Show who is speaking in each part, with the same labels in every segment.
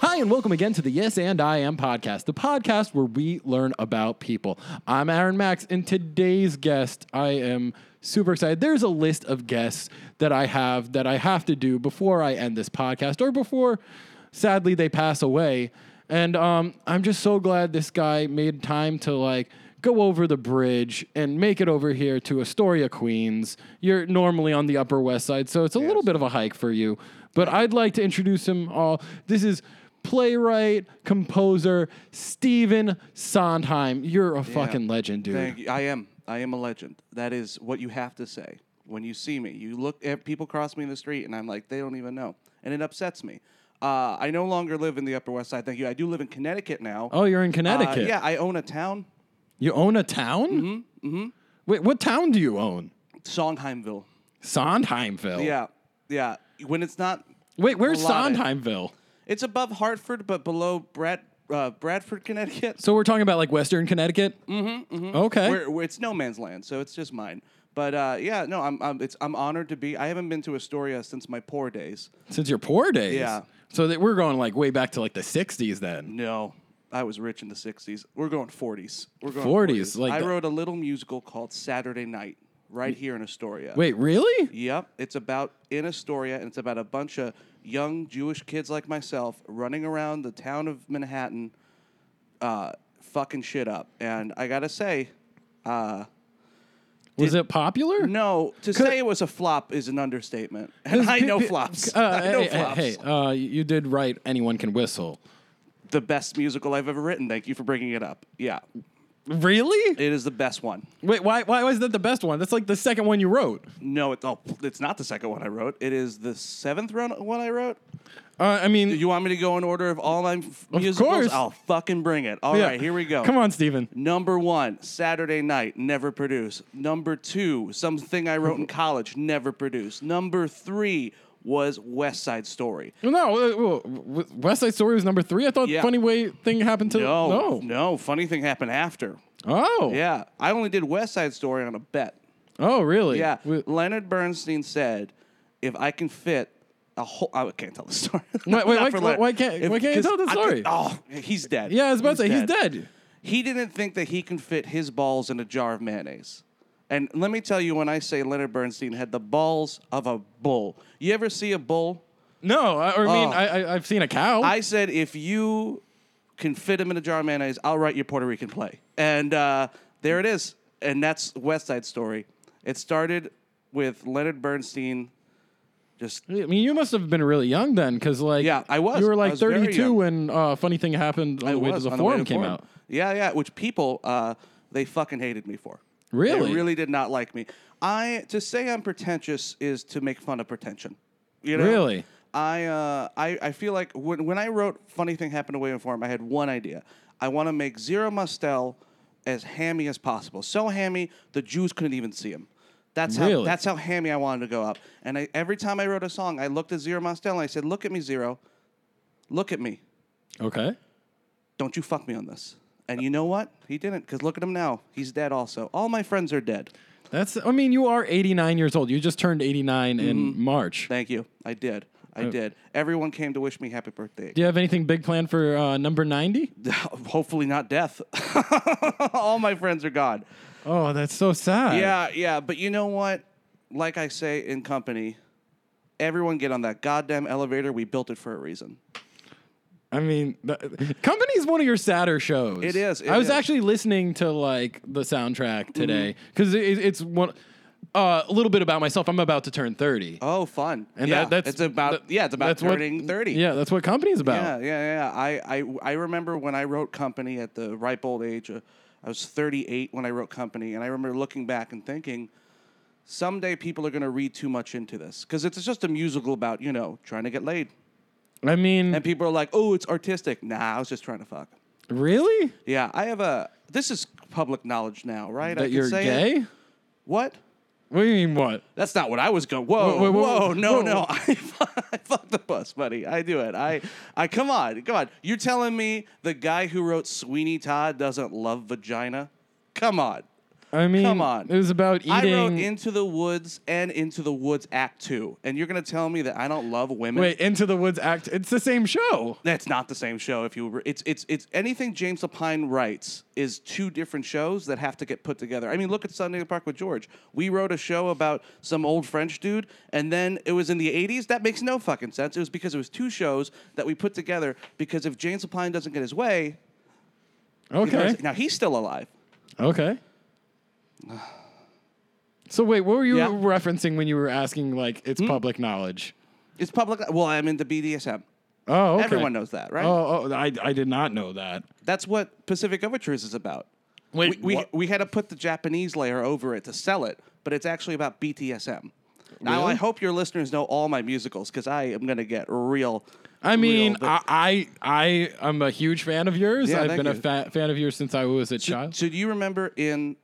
Speaker 1: Hi, and welcome again to the Yes and I Am podcast, the podcast where we learn about people. I'm Aaron Max, and today's guest, I am super excited. There's a list of guests that I have that I have to do before I end this podcast or before, sadly, they pass away. And um, I'm just so glad this guy made time to like go over the bridge and make it over here to Astoria, Queens. You're normally on the Upper West Side, so it's a little bit of a hike for you. But I'd like to introduce him all. This is playwright, composer Stephen Sondheim. You're a fucking legend, dude.
Speaker 2: Thank you. I am. I am a legend. That is what you have to say when you see me. You look at people cross me in the street, and I'm like, they don't even know, and it upsets me. Uh, I no longer live in the Upper West Side. Thank you. I do live in Connecticut now.
Speaker 1: Oh, you're in
Speaker 2: Uh,
Speaker 1: Connecticut.
Speaker 2: yeah, I own a town,
Speaker 1: You own a town? Mm-hmm. mm-hmm. Wait, what town do you own?
Speaker 2: Songheimville.
Speaker 1: Sondheimville.
Speaker 2: Yeah, yeah. When it's not,
Speaker 1: Wait, where's
Speaker 2: Allotted.
Speaker 1: Sondheimville?
Speaker 2: it's above Hartford, but below Brad, uh, Bradford, Connecticut.
Speaker 1: So we're talking about like Western Connecticut. Mm-hmm. Okay.
Speaker 2: where, where it's no man's land, so it's just mine. But uh, yeah, no, I'm, I'm it's I'm honored to be. I haven't been to Astoria since my poor days.
Speaker 1: Since your poor days.
Speaker 2: Yeah.
Speaker 1: So that we're going like way back to like the '60s then.
Speaker 2: No, I was rich in the '60s. We're going '40s. We're going
Speaker 1: 40s,
Speaker 2: 40s.
Speaker 1: like
Speaker 2: I
Speaker 1: the-
Speaker 2: wrote a little musical called Saturday Night right here in Astoria.
Speaker 1: Wait, really?
Speaker 2: Yep, it's about in Astoria, and it's about a bunch of young Jewish kids like myself running around the town of Manhattan, uh, fucking shit up. And I gotta say, uh,
Speaker 1: Was it popular?
Speaker 2: no, to say it was a flop is an understatement. And I
Speaker 1: Pe-
Speaker 2: know
Speaker 1: pe-
Speaker 2: flops.
Speaker 1: Uh,
Speaker 2: I know
Speaker 1: hey, hey,
Speaker 2: flops.
Speaker 1: Hey, uh, you did write "Anyone Can Whistle."
Speaker 2: The best musical I've ever written. Thank you for bringing it up. Yeah,
Speaker 1: Really?
Speaker 2: it is the best one.
Speaker 1: Wait, why? Why was that the best one? That's like the second one you wrote.
Speaker 2: No, it, oh, it's not the second one I wrote. It is the seventh run, one I wrote.
Speaker 1: Uh, I mean,
Speaker 2: You want me to go in order of all my f- musicals?
Speaker 1: course.
Speaker 2: I'll fucking bring it. All right,
Speaker 1: yeah.
Speaker 2: here we go.
Speaker 1: Come on, Steven.
Speaker 2: Number one, Saturday Night, never produced. Number two, something I wrote in college, never produced. Number three was West Side Story.
Speaker 1: No, uh, well, w- West Side Story was number three. I thought
Speaker 2: Yeah.
Speaker 1: Funny Way thing happened to
Speaker 2: No, no, funny thing happened after.
Speaker 1: Oh,
Speaker 2: Yeah, I only did West Side Story on a bet.
Speaker 1: Oh, really?
Speaker 2: Yeah,
Speaker 1: Wait,
Speaker 2: Leonard Bernstein said, "If I can fit a whole, I can't tell the story.
Speaker 1: wait, why,
Speaker 2: Not for Leonard.
Speaker 1: why can't
Speaker 2: If-
Speaker 1: why can't you
Speaker 2: 'cause
Speaker 1: tell the
Speaker 2: I
Speaker 1: story?
Speaker 2: could- oh, he's dead.
Speaker 1: yeah, I was about to say he's dead.
Speaker 2: He didn't think that he can fit his balls in a jar of mayonnaise. And let me tell you, when I say Leonard Bernstein had the balls of a bull, you ever see a bull?
Speaker 1: No, I, or I mean,
Speaker 2: Oh.
Speaker 1: I, I I've seen a cow.
Speaker 2: I said, if you can fit him in a jar of mayonnaise, I'll write your Puerto Rican play. And uh, there it is. And that's West Side Story. It started with Leonard Bernstein. Just
Speaker 1: I mean, you must have been really young then, because like,
Speaker 2: Yeah, I was.
Speaker 1: You were
Speaker 2: I
Speaker 1: like
Speaker 2: was very
Speaker 1: 32
Speaker 2: young.
Speaker 1: when uh, funny thing happened on
Speaker 2: I
Speaker 1: the way to
Speaker 2: was
Speaker 1: the
Speaker 2: on
Speaker 1: forum
Speaker 2: to
Speaker 1: came
Speaker 2: Forum.
Speaker 1: out.
Speaker 2: Yeah, yeah. Which people uh, they fucking hated me for.
Speaker 1: Really?
Speaker 2: They really did not like me. I to say I'm pretentious is to make fun of pretension. You know?
Speaker 1: Really?
Speaker 2: I uh, I, I feel like when, when I wrote Funny Thing Happened to William Forum, I had one idea. I want to make Zero Mostel as hammy as possible. So hammy the Jews couldn't even see him. That's how
Speaker 1: Really?
Speaker 2: that's how hammy I wanted to go up. And I, every time I wrote a song, I looked at Zero Mostel and I said, "Look at me, Zero. Look at me.
Speaker 1: Okay.
Speaker 2: Don't you fuck me on this." And you know what? He didn't because look at him now. He's dead. Also, all my friends are dead.
Speaker 1: That's. I mean, you are 89 years old. You just turned 89
Speaker 2: Mm-hmm.
Speaker 1: in March.
Speaker 2: Thank you. I did.
Speaker 1: Uh.
Speaker 2: I did. Everyone came to wish me happy birthday.
Speaker 1: Do you have anything big planned for uh, number 90?
Speaker 2: Hopefully not death. All my friends are gone.
Speaker 1: Oh, that's so sad.
Speaker 2: Yeah, yeah. But you know what? Like I say in company, everyone get on that goddamn elevator. We built it for a reason.
Speaker 1: I mean, th- Company is one of your sadder shows.
Speaker 2: It is, it
Speaker 1: I was
Speaker 2: is. Mm-hmm.
Speaker 1: actually listening to like the soundtrack today because it's one. Uh, a little bit about myself. I'm about to turn 30.
Speaker 2: Oh, fun.
Speaker 1: And
Speaker 2: yeah,
Speaker 1: that, that's
Speaker 2: it's about
Speaker 1: that-
Speaker 2: yeah, it's about
Speaker 1: that's what-
Speaker 2: turning thirty.
Speaker 1: Yeah, that's what company's
Speaker 2: Yeah,
Speaker 1: about.
Speaker 2: yeah, yeah. I, I, I remember when I wrote Company at the ripe old age. Uh, I was 38 when I wrote Company, and I remember looking back and thinking, someday people are going to read too much into this because it's just a musical about you know trying to get laid,
Speaker 1: I mean,
Speaker 2: and people are like, oh, it's artistic. Nah, I was just trying to fuck.
Speaker 1: really?
Speaker 2: Yeah, I have a. This is public knowledge now, right? I
Speaker 1: That
Speaker 2: can
Speaker 1: you're
Speaker 2: say
Speaker 1: gay?
Speaker 2: It. What?
Speaker 1: What do you mean what?
Speaker 2: That's not what I was going. Whoa,
Speaker 1: Whoa,
Speaker 2: whoa,
Speaker 1: whoa, whoa,
Speaker 2: no,
Speaker 1: whoa.
Speaker 2: no. I, fu- I fucked the bus, buddy. I do it. I, I come on, come on. You're telling me the guy who wrote Sweeney Todd doesn't love vagina? Come on.
Speaker 1: I mean,
Speaker 2: Come on.
Speaker 1: It was about eating.
Speaker 2: I wrote Into the Woods and Into the Woods Act Two, and you're gonna tell me that I don't love women?
Speaker 1: Wait, Into the Woods act. It's the same show.
Speaker 2: That's not the same show. If you, were, it's it's it's anything James Lapine writes is two different shows that have to get put together. I mean, look at Sunday in the Park with George. We wrote a show about some old French dude, and then it was in the '80s. That makes no fucking sense. It was because it was two shows that we put together. Because if James Lapine doesn't get his way, you know,
Speaker 1: Okay.
Speaker 2: now he's still alive.
Speaker 1: Okay. So wait, what were you
Speaker 2: Yeah. Hmm?
Speaker 1: referencing when you were asking like it's public knowledge?
Speaker 2: It's public. Well, I'm into BDSM.
Speaker 1: Oh, okay.
Speaker 2: Everyone knows that, right?
Speaker 1: Oh, oh, I I did not know that.
Speaker 2: That's what Pacific Overtures is about.
Speaker 1: Wait,
Speaker 2: we, we,
Speaker 1: what?
Speaker 2: we had to put the Japanese layer over it to sell it, but it's actually about BTSM. Now,
Speaker 1: Really?
Speaker 2: I hope your listeners know all my musicals because I am going to get real.
Speaker 1: I mean,
Speaker 2: real, Uh, but-
Speaker 1: I, I I am a huge fan of yours.
Speaker 2: Yeah,
Speaker 1: I've
Speaker 2: thank
Speaker 1: been a
Speaker 2: you.
Speaker 1: fa- fan of yours since I was a child.
Speaker 2: so do you remember in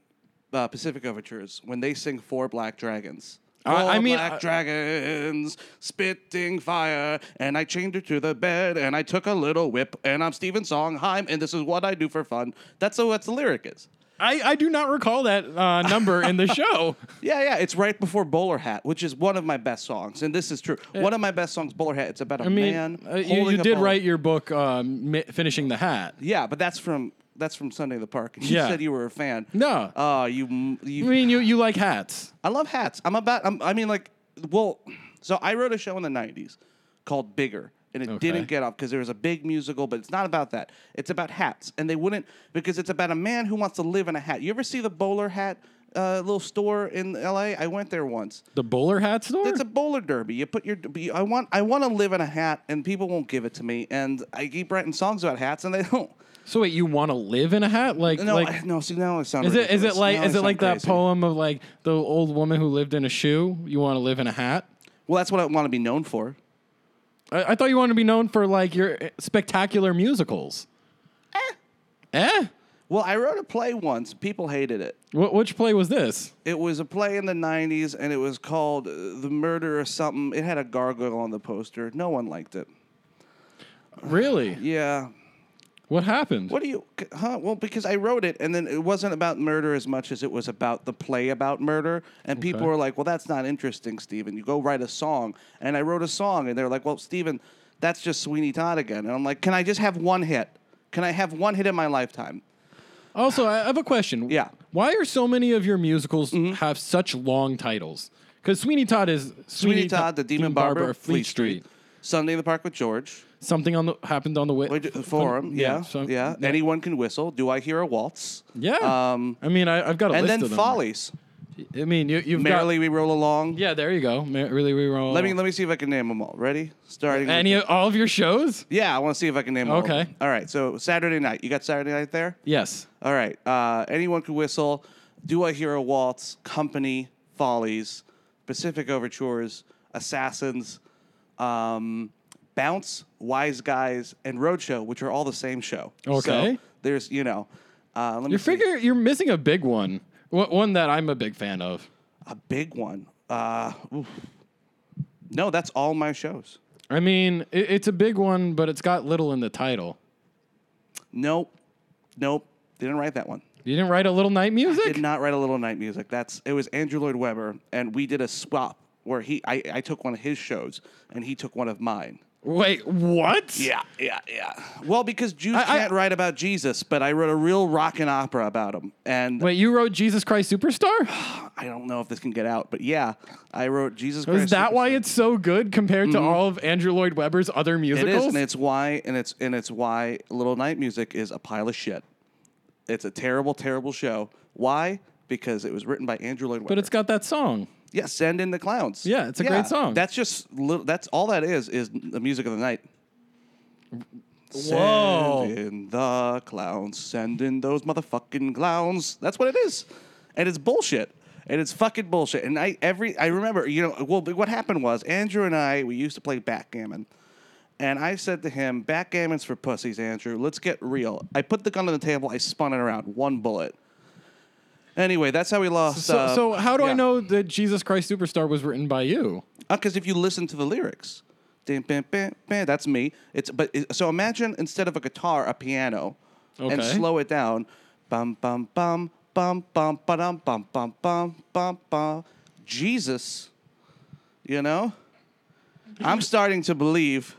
Speaker 2: uh, Pacific Overtures when they sing Four Black Dragons? Four
Speaker 1: I- I mean,
Speaker 2: black
Speaker 1: I-
Speaker 2: dragons spitting fire, and I chained her to the bed, and I took a little whip, and I'm Steven Songheim, and this is what I do for fun. That's the- what the lyric is.
Speaker 1: I, I do not recall that uh, number in the show.
Speaker 2: Yeah, yeah, it's right before Bowler Hat, which is one of my best songs, and this is true. One of my best songs, Bowler Hat. It's about a
Speaker 1: I mean,
Speaker 2: man.
Speaker 1: uh, you,
Speaker 2: holding
Speaker 1: you
Speaker 2: a
Speaker 1: did
Speaker 2: bowler.
Speaker 1: write your book, um, mi- finishing the hat.
Speaker 2: Yeah, but that's from that's from Sunday in the Park. You
Speaker 1: Yeah.
Speaker 2: said you were a fan.
Speaker 1: No.
Speaker 2: Oh, you, m-
Speaker 1: I
Speaker 2: you.
Speaker 1: mean, you you like hats.
Speaker 2: I love hats. I'm about. I'm, I mean, like, well, so I wrote a show in the '90s called Bigger, and it didn't get off because there was a big musical, but it's not about that. It's about hats, and they wouldn't because it's about a man who wants to live in a hat. You ever see the bowler hat uh, little store in L.A.? I went there once.
Speaker 1: The bowler hat store.
Speaker 2: It's a bowler derby. You put your. you- I want. I want to live in a hat, and people won't give it to me. And I keep writing songs about hats, and they don't.
Speaker 1: so wait, you want to live in a hat? Like
Speaker 2: No,
Speaker 1: like
Speaker 2: I, no. See, now I sound.
Speaker 1: Is it is it
Speaker 2: ridiculous.
Speaker 1: like
Speaker 2: Now
Speaker 1: is
Speaker 2: I
Speaker 1: it like
Speaker 2: sound
Speaker 1: that
Speaker 2: crazy.
Speaker 1: poem of like the old woman who lived in a shoe? You want to live in a hat?
Speaker 2: Well, that's what I want to be known for.
Speaker 1: I, I thought you wanted to be known for like your eh, spectacular musicals. Eh? Eh?
Speaker 2: Well, I wrote a play once. People hated it.
Speaker 1: Wh- which play was this?
Speaker 2: It was a play in the '90s, and it was called uh, "The Murder" or something. It had a gargoyle on the poster. No one liked it.
Speaker 1: Really?
Speaker 2: Yeah.
Speaker 1: What happened?
Speaker 2: What do you? c- Huh? Well, because I wrote it, and then it wasn't about murder as much as it was about the play about murder. And people
Speaker 1: Okay.
Speaker 2: were like, "Well, that's not interesting, Steven. You go write a song." And I wrote a song, and they're like, "Well, Steven, that's just Sweeney Todd again." And I'm like, "Can I just have one hit? Can I have one hit in my lifetime?"
Speaker 1: Also, I have a question.
Speaker 2: Yeah. Mm-hmm.
Speaker 1: Why are so many of your musicals have such long titles? Because Sweeney Todd is Sweeney,
Speaker 2: Sweeney
Speaker 1: To-
Speaker 2: Todd, The Demon, Barber,
Speaker 1: of
Speaker 2: Fleet Street. Sunday in the Park with George.
Speaker 1: Something on the happened on the way.
Speaker 2: Wait, The forum. Yeah. Yeah,
Speaker 1: some-
Speaker 2: Anyone can whistle. Do I hear a waltz?
Speaker 1: Yeah.
Speaker 2: Um,
Speaker 1: I mean, I, I've got a
Speaker 2: and
Speaker 1: list
Speaker 2: then
Speaker 1: of them.
Speaker 2: Follies.
Speaker 1: I mean, you, you've
Speaker 2: Merrily
Speaker 1: got.
Speaker 2: we roll along.
Speaker 1: Yeah, there you go. Mer- really, we roll.
Speaker 2: Let me let me see if I can name them all. Ready? Starting. with-
Speaker 1: Any of all of your shows?
Speaker 2: Yeah, I want to see if I can name all. of
Speaker 1: Okay.
Speaker 2: them. All right. So Saturday night. You got Saturday night there?
Speaker 1: Yes.
Speaker 2: All right. Uh, anyone can whistle. Do I hear a waltz? Company. Follies. Pacific Overtures. Assassins. Um, Bounce. Wise Guys. And Roadshow, which are all the same show.
Speaker 1: Okay.
Speaker 2: So there's you know. Uh, let me
Speaker 1: You
Speaker 2: see.
Speaker 1: figure you're missing a big one. Wha- One that I'm a big fan of.
Speaker 2: a big one. Uh, oof. No, that's all my shows.
Speaker 1: I mean, i it's a big one, but it's got little in the title.
Speaker 2: Nope. Nope. Didn't write that one.
Speaker 1: You didn't write a little night music?
Speaker 2: Did not write a little night music. That's it was Andrew Lloyd Webber, and we did a swap where he I, I took one of his shows and he took one of mine.
Speaker 1: Wait, what?
Speaker 2: Yeah, yeah, yeah. Well, because Jews
Speaker 1: I-
Speaker 2: can't write about Jesus, but I wrote a real rock and opera about him. And
Speaker 1: Wait, you wrote Jesus Christ Superstar?
Speaker 2: I don't know if this can get out, but yeah, I wrote Jesus Christ.
Speaker 1: Is that why
Speaker 2: Superstar. Mm-hmm.
Speaker 1: it's so good compared to all of Andrew Lloyd Webber's other
Speaker 2: It is,
Speaker 1: musicals?
Speaker 2: and it's why, and it's and it's why Little Night Music is a pile of shit. It's a terrible, terrible show. Why? Because it was written by Andrew Lloyd Webber.
Speaker 1: but it's got that song.
Speaker 2: yeah, send in the clowns.
Speaker 1: Yeah, it's a great song.
Speaker 2: That's just little. That's all that is is the music of the night.
Speaker 1: Whoa.
Speaker 2: Send in the clowns. Send in those motherfucking clowns. That's what it is, and it's bullshit. And it's fucking bullshit. And I every I remember, you know, well, what happened was Andrew and I we used to play backgammon, and I said to him, "Backgammon's for pussies, Andrew. Let's get real." I put the gun on the table. I spun it around. One bullet. Anyway, that's how we lost.
Speaker 1: So,
Speaker 2: uh,
Speaker 1: so how do I
Speaker 2: yeah.
Speaker 1: know that Jesus Christ Superstar was written by you?
Speaker 2: Because Uh, if you listen to the lyrics, ding, bing, bing, bing, that's me. It's but it- so imagine instead of a guitar, a piano, and
Speaker 1: Okay.
Speaker 2: slow it down. Bum bum bum bum bum ba-dum, bum bum bum bum bum Jesus. You know? I'm starting to believe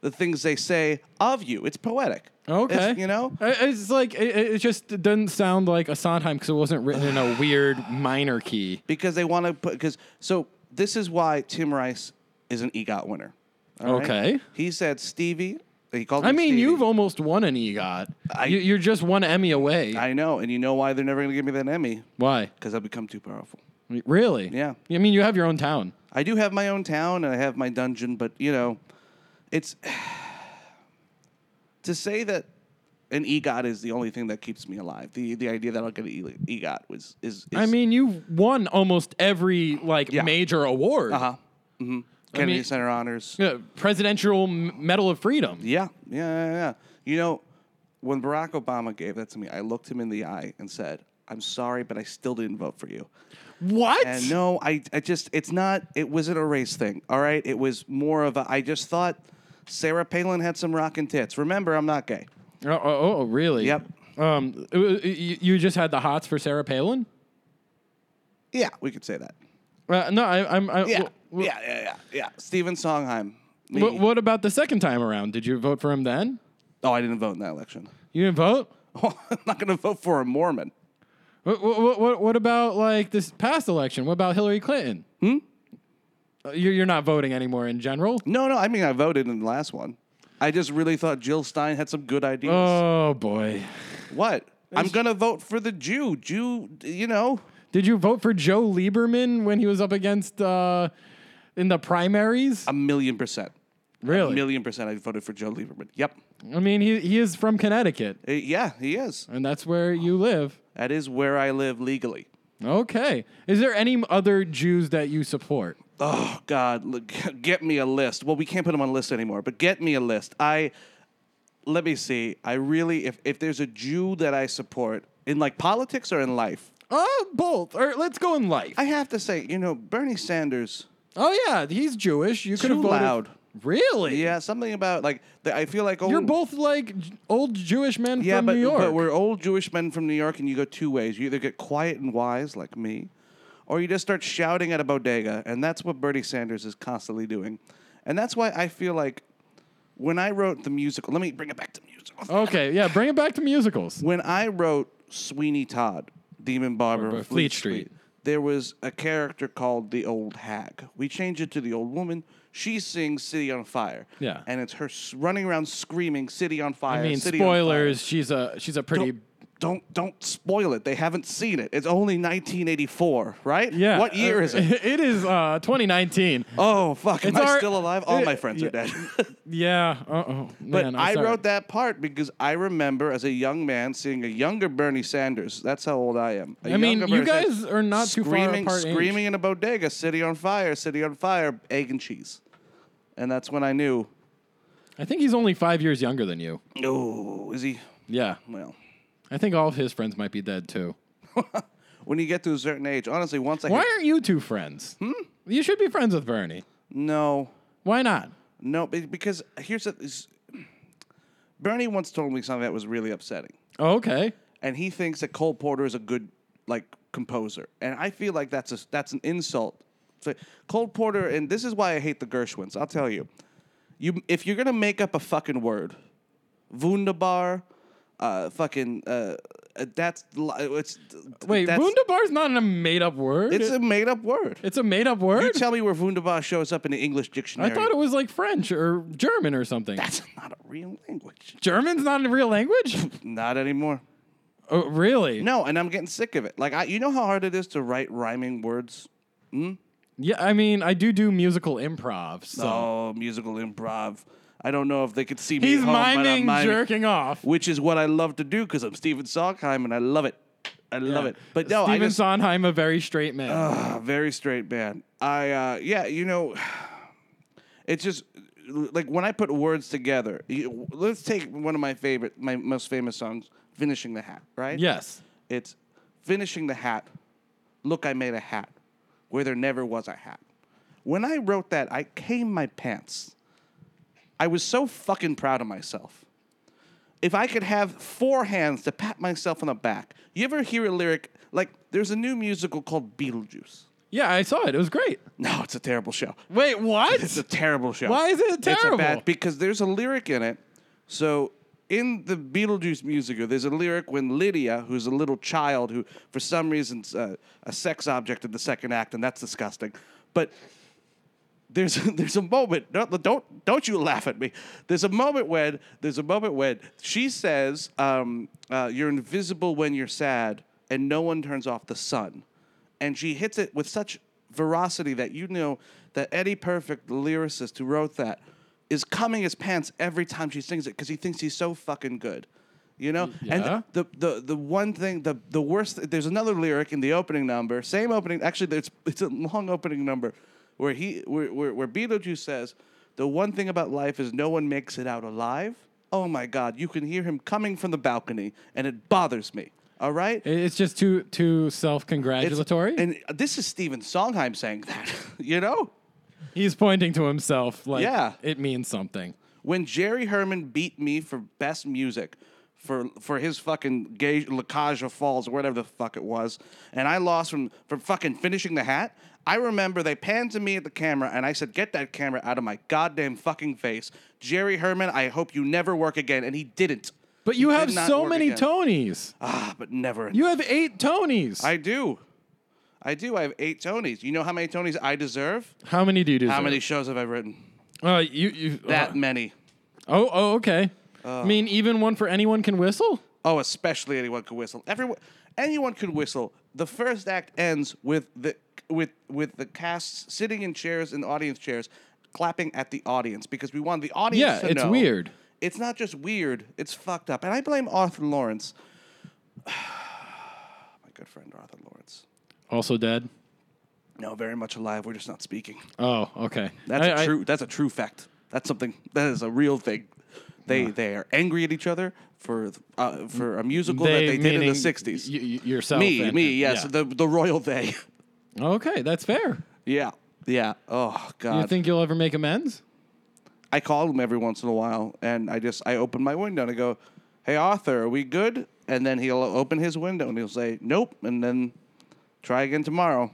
Speaker 2: the things they say of you. It's poetic.
Speaker 1: Okay.
Speaker 2: It's, you know?
Speaker 1: I- It's like, it, it it just doesn't sound like a Sondheim because it wasn't written in a weird minor key.
Speaker 2: because they want to put because so this is why Tim Rice is an EGOT winner. all right?
Speaker 1: Okay.
Speaker 2: He said Stevie. He called.
Speaker 1: I
Speaker 2: him
Speaker 1: mean,
Speaker 2: Stevie.
Speaker 1: you've almost won an EGOT.
Speaker 2: I-
Speaker 1: you, you're just one Emmy away.
Speaker 2: I know, and you know why they're never going to give me that Emmy
Speaker 1: Why?
Speaker 2: because I've become too powerful.
Speaker 1: Really?
Speaker 2: Yeah.
Speaker 1: I mean, you have your own town.
Speaker 2: I do have my own town and I have my dungeon, but you know, it's to say that an EGOT is the only thing that keeps me alive. The the idea that I'll get an E- EGOT was is, is
Speaker 1: I mean, you won almost every like
Speaker 2: Yeah.
Speaker 1: major award.
Speaker 2: uh huh, hmm Kennedy
Speaker 1: mean-
Speaker 2: Center Honors.
Speaker 1: Yeah, Presidential M- Medal of Freedom.
Speaker 2: Yeah, yeah, yeah, yeah. You know, when Barack Obama gave that to me, I looked him in the eye and said, "I'm sorry, but I still didn't vote for you."
Speaker 1: What?
Speaker 2: And no, I, I just, it's not. It wasn't a race thing. All right, it was more of a. I just thought Sarah Palin had some rockin' tits. Remember, I'm not gay.
Speaker 1: Oh, oh, oh, really?
Speaker 2: Yep.
Speaker 1: Um, it wa- you, you just had the hots for Sarah Palin?
Speaker 2: Yeah, we could say that.
Speaker 1: Uh, no, I, I'm. I,
Speaker 2: Yeah,
Speaker 1: wh- wh-
Speaker 2: yeah, yeah, yeah, yeah. Stephen Songheim. Me.
Speaker 1: What, what about the second time around? Did you vote for him then?
Speaker 2: Oh, I didn't vote in that election.
Speaker 1: You didn't vote.
Speaker 2: I'm not going to vote for a Mormon.
Speaker 1: What, what, what, what about like this past election? What about Hillary Clinton? Hmm. You're, you're not voting anymore in general.
Speaker 2: No, no. I mean, I voted in the last one. I just really thought Jill Stein had some good ideas.
Speaker 1: Oh boy.
Speaker 2: What? I'm gonna vote for the Jew. Jew, you know.
Speaker 1: Did you vote for Joe Lieberman when he was up against uh, in the primaries?
Speaker 2: A million percent. A
Speaker 1: really?
Speaker 2: million percent. I voted for Joe Lieberman. Yep.
Speaker 1: I mean, he he is from Connecticut,
Speaker 2: Uh, yeah, he is.
Speaker 1: and that's where you live.
Speaker 2: That is where I live legally.
Speaker 1: Okay. Is there any other Jews that you support?
Speaker 2: Oh God, look, get me a list. Well, we can't put him on a list anymore, but get me a list. I let me see. I really, if if there's a Jew that I support in like politics or in life,
Speaker 1: Uh, both. Or let's go in life.
Speaker 2: I have to say, you know, Bernie Sanders.
Speaker 1: oh yeah, he's Jewish. You could
Speaker 2: Too
Speaker 1: have voted.
Speaker 2: loud.
Speaker 1: Really?
Speaker 2: Yeah, something about like the, I feel like oh,
Speaker 1: You're both like j- old Jewish men
Speaker 2: Yeah,
Speaker 1: from
Speaker 2: but,
Speaker 1: New York.
Speaker 2: but we're old Jewish men from New York, and you go two ways. You either get quiet and wise, like me, or you just start shouting at a bodega, and that's what Bernie Sanders is constantly doing. And that's why I feel like when I wrote the musical, let me bring it back to musical.
Speaker 1: okay, yeah, bring it back to musicals.
Speaker 2: When I wrote Sweeney Todd, Demon Barber
Speaker 1: Barber,
Speaker 2: of
Speaker 1: Fleet
Speaker 2: Fleet
Speaker 1: Street.
Speaker 2: Street, there was a character called the Old Hag. We changed it to the Old Woman. She sings City on Fire.
Speaker 1: Yeah.
Speaker 2: And it's her s- running around screaming, City on Fire.
Speaker 1: I mean,
Speaker 2: City on Fire."
Speaker 1: spoilers. She's a she's a pretty.
Speaker 2: don't, don't don't spoil it. They haven't seen it. It's only 1984, right?
Speaker 1: Yeah.
Speaker 2: What year
Speaker 1: uh,
Speaker 2: is it?
Speaker 1: It is uh, 2019.
Speaker 2: Oh fuck! Am
Speaker 1: It's
Speaker 2: I
Speaker 1: our-
Speaker 2: still alive? All my friends
Speaker 1: yeah.
Speaker 2: are dead.
Speaker 1: Yeah. Uh oh.
Speaker 2: but I wrote that part because I remember as a young man seeing a younger Bernie Sanders. That's how old I am. I
Speaker 1: I mean, you guys are not too far
Speaker 2: screaming,
Speaker 1: apart in age.
Speaker 2: screaming in a bodega, city on fire, city on fire, egg and cheese, and that's when I knew.
Speaker 1: I think he's only five years younger than you.
Speaker 2: Oh, is he?
Speaker 1: Yeah.
Speaker 2: Well,
Speaker 1: I think all of his friends might be dead too.
Speaker 2: when you get to a certain age, honestly, once I
Speaker 1: Why
Speaker 2: hit,
Speaker 1: aren't you two friends? Hmm? You should be friends with Bernie.
Speaker 2: no.
Speaker 1: Why not?
Speaker 2: No, be- because here's the is- Bernie once told me something that was really upsetting,
Speaker 1: Okay.
Speaker 2: and he thinks that Cole Porter is a good like composer, and I feel like that's a that's an insult. So Cole Porter, and this is why I hate the Gershwins. I'll tell you, you if you're gonna make up a fucking word, wunderbar, uh, fucking uh, uh, that's li- it's
Speaker 1: Wait,
Speaker 2: that's,
Speaker 1: Wunderbar's not a made up word.
Speaker 2: It's a made up word.
Speaker 1: It's a made up word?
Speaker 2: You tell me where wunderbar shows up in the English dictionary.
Speaker 1: I thought it was like French or German or something.
Speaker 2: that's not a real language.
Speaker 1: German's not a real language?
Speaker 2: Not anymore.
Speaker 1: oh, really?
Speaker 2: No, and I'm getting sick of it. Like, I, you know how hard it is to write rhyming words?
Speaker 1: Yeah, I mean, I do do musical improv, so.
Speaker 2: Oh, musical improv. I don't know if they could see me.
Speaker 1: He's
Speaker 2: at home, Oh, but I'm
Speaker 1: miming, jerking off.
Speaker 2: Which is what I love to do because I'm Stephen Sondheim and I love it. I love it. But no, I
Speaker 1: Stephen
Speaker 2: just,
Speaker 1: Sondheim, a very straight man.
Speaker 2: Ah, very straight man. I, uh, yeah, you know, it's just like when I put words together, you, let's take one of my favorite, my most famous songs, Finishing the Hat, right?
Speaker 1: yes.
Speaker 2: It's finishing the hat. Look, I made a hat where there never was a hat. When I wrote that, I came my pants. I was so fucking proud of myself. if I could have four hands to pat myself on the back. You ever hear a lyric like there's a new musical called Beetlejuice?
Speaker 1: Yeah, I saw it. It was great.
Speaker 2: No, it's a terrible show.
Speaker 1: Wait, what?
Speaker 2: It's a terrible show.
Speaker 1: Why is it
Speaker 2: It's a
Speaker 1: terrible?
Speaker 2: bad because there's a lyric in it. So in the Beetlejuice musical, there's a lyric when Lydia, who's a little child who for some reason's uh, a sex object in the second act, and that's disgusting. But there's there's a moment. Don't don't, don't you laugh at me. There's a moment when there's a moment when she says, um, uh, "You're invisible when you're sad, and no one turns off the sun," and she hits it with such veracity that you know that Eddie Perfect, the lyricist who wrote that, is coming his pants every time she sings it because he thinks he's so fucking good. You know,
Speaker 1: yeah.
Speaker 2: and the, the the one thing the the worst there's another lyric in the opening number, same opening. Actually, there's it's a long opening number where he where, where, where Beetlejuice says the one thing about life is no one makes it out alive. Oh my God, you can hear him coming from the balcony, and it bothers me. All right,
Speaker 1: It- It's just too too self
Speaker 2: It's-
Speaker 1: congratulatory.
Speaker 2: and this is Stephen Sondheim saying that. you know,
Speaker 1: He's pointing to himself like
Speaker 2: Yeah.
Speaker 1: it means something.
Speaker 2: when Jerry Herman beat me for best music for for his fucking gay Lacaja Falls or whatever the fuck it was, and I lost from from fucking finishing the hat. I remember they panned to me at the camera and I said, "Get that camera out of my goddamn fucking face, Jerry Herman. I hope you never work again." And he didn't.
Speaker 1: But
Speaker 2: He
Speaker 1: you
Speaker 2: did
Speaker 1: have
Speaker 2: not
Speaker 1: so
Speaker 2: work
Speaker 1: many
Speaker 2: again.
Speaker 1: Tonys.
Speaker 2: Ah, but never.
Speaker 1: You have eight Tonys.
Speaker 2: I do. I do. I have eight Tonys. You know how many Tonys I deserve?
Speaker 1: How many do you do?
Speaker 2: How many shows have I written? Uh-huh.
Speaker 1: Uh, you you
Speaker 2: That
Speaker 1: uh,
Speaker 2: many.
Speaker 1: oh oh okay. I mean, even one for anyone can whistle.
Speaker 2: Oh, especially anyone could whistle. Everyone, anyone could whistle. The first act ends with the with with the cast sitting in chairs and audience chairs, clapping at the audience because we want the audience.
Speaker 1: Yeah,
Speaker 2: to
Speaker 1: it's
Speaker 2: know-
Speaker 1: weird.
Speaker 2: It's not just weird. It's fucked up, and I blame Arthur Lawrence. My good friend Arthur Lawrence.
Speaker 1: Also dead.
Speaker 2: No, very much alive. We're just not speaking.
Speaker 1: Oh okay.
Speaker 2: That's
Speaker 1: I-
Speaker 2: a
Speaker 1: I-
Speaker 2: true. that's a true fact. That's something. That is a real thing. They they are angry at each other for uh, for a musical that they did in the
Speaker 1: meaning
Speaker 2: '60s.
Speaker 1: y- y- yourself.
Speaker 2: Me,
Speaker 1: and-
Speaker 2: me, yes,
Speaker 1: yeah.
Speaker 2: the the royal they.
Speaker 1: okay, that's fair.
Speaker 2: yeah, yeah. Oh
Speaker 1: You
Speaker 2: God,
Speaker 1: think you'll ever make amends?
Speaker 2: I call him every once in a while, and I just I open my window and I go, "Hey Arthur, are we good?" And then he'll open his window and he'll say, "Nope," and then try again tomorrow.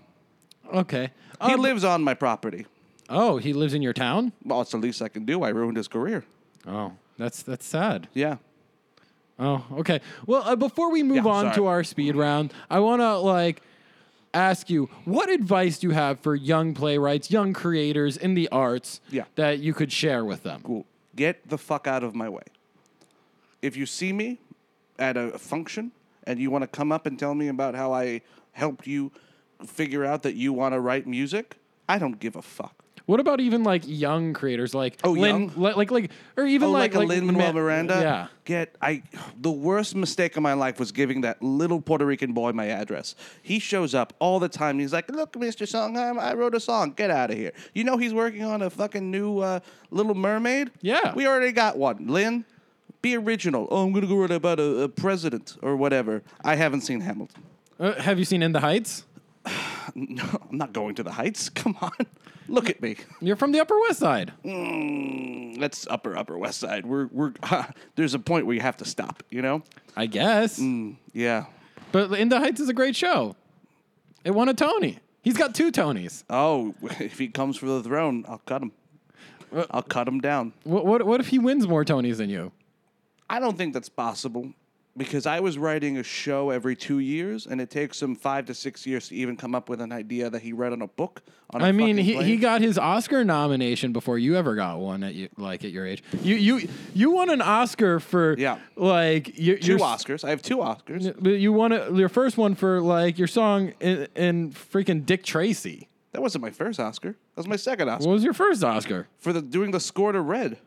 Speaker 1: Okay.
Speaker 2: He
Speaker 1: Um,
Speaker 2: lives on my property.
Speaker 1: oh, he lives in your town.
Speaker 2: Well, it's the least I can do. I ruined his career.
Speaker 1: Oh, that's that's sad.
Speaker 2: Yeah.
Speaker 1: Oh, okay. Well, uh, before we move
Speaker 2: Yeah,
Speaker 1: on
Speaker 2: sorry.
Speaker 1: to our speed round, I want to like ask you what advice do you have for young playwrights, young creators in the arts
Speaker 2: Yeah.
Speaker 1: that you could share with them?
Speaker 2: Cool. Get the fuck out of my way. If you see me at a function and you want to come up and tell me about how I helped you figure out that you want to write music, I don't give a fuck.
Speaker 1: What about even like young creators like
Speaker 2: Oh,
Speaker 1: Lin,
Speaker 2: young?
Speaker 1: li- like like or even
Speaker 2: Oh,
Speaker 1: like
Speaker 2: like, a Lin Manuel
Speaker 1: Ma-
Speaker 2: Miranda.
Speaker 1: Yeah.
Speaker 2: Get I the worst mistake of my life was giving that little Puerto Rican boy my address. He shows up all the time. And he's like, "Look, Mr. Sondheim, I wrote a song. Get out of here." You know he's working on a fucking new uh, Little Mermaid.
Speaker 1: Yeah.
Speaker 2: we already got one. Lynn, be original. Oh, I'm gonna go write about a, a president or whatever. I haven't seen Hamilton.
Speaker 1: Uh, have you seen In the Heights?
Speaker 2: No, I'm not going to the heights. Come on, look at me.
Speaker 1: You're from the Upper West Side.
Speaker 2: Mm, that's Upper Upper West Side. We're we're there's a point where you have to stop. You know.
Speaker 1: I guess.
Speaker 2: Mm, yeah.
Speaker 1: But In the Heights is a great show. It won a Tony. He's got two Tonys.
Speaker 2: Oh, if he comes for the throne, I'll cut him.
Speaker 1: Uh,
Speaker 2: I'll cut him down.
Speaker 1: What, what, what if he wins more Tonys than you?
Speaker 2: I don't think that's possible because I was writing a show every two years, and it takes him five to six years to even come up with an idea that he read on a book. On a
Speaker 1: I mean,
Speaker 2: fucking
Speaker 1: he,
Speaker 2: plane.
Speaker 1: he got his Oscar nomination before you ever got one at you, like at your age. You you you won an Oscar for
Speaker 2: Yeah.
Speaker 1: like you,
Speaker 2: two Oscars. I have two Oscars.
Speaker 1: You won a, your first one for like your song in, in freaking Dick Tracy.
Speaker 2: That wasn't my first Oscar. That was my second Oscar
Speaker 1: What was your first Oscar?
Speaker 2: for the doing the score to Red.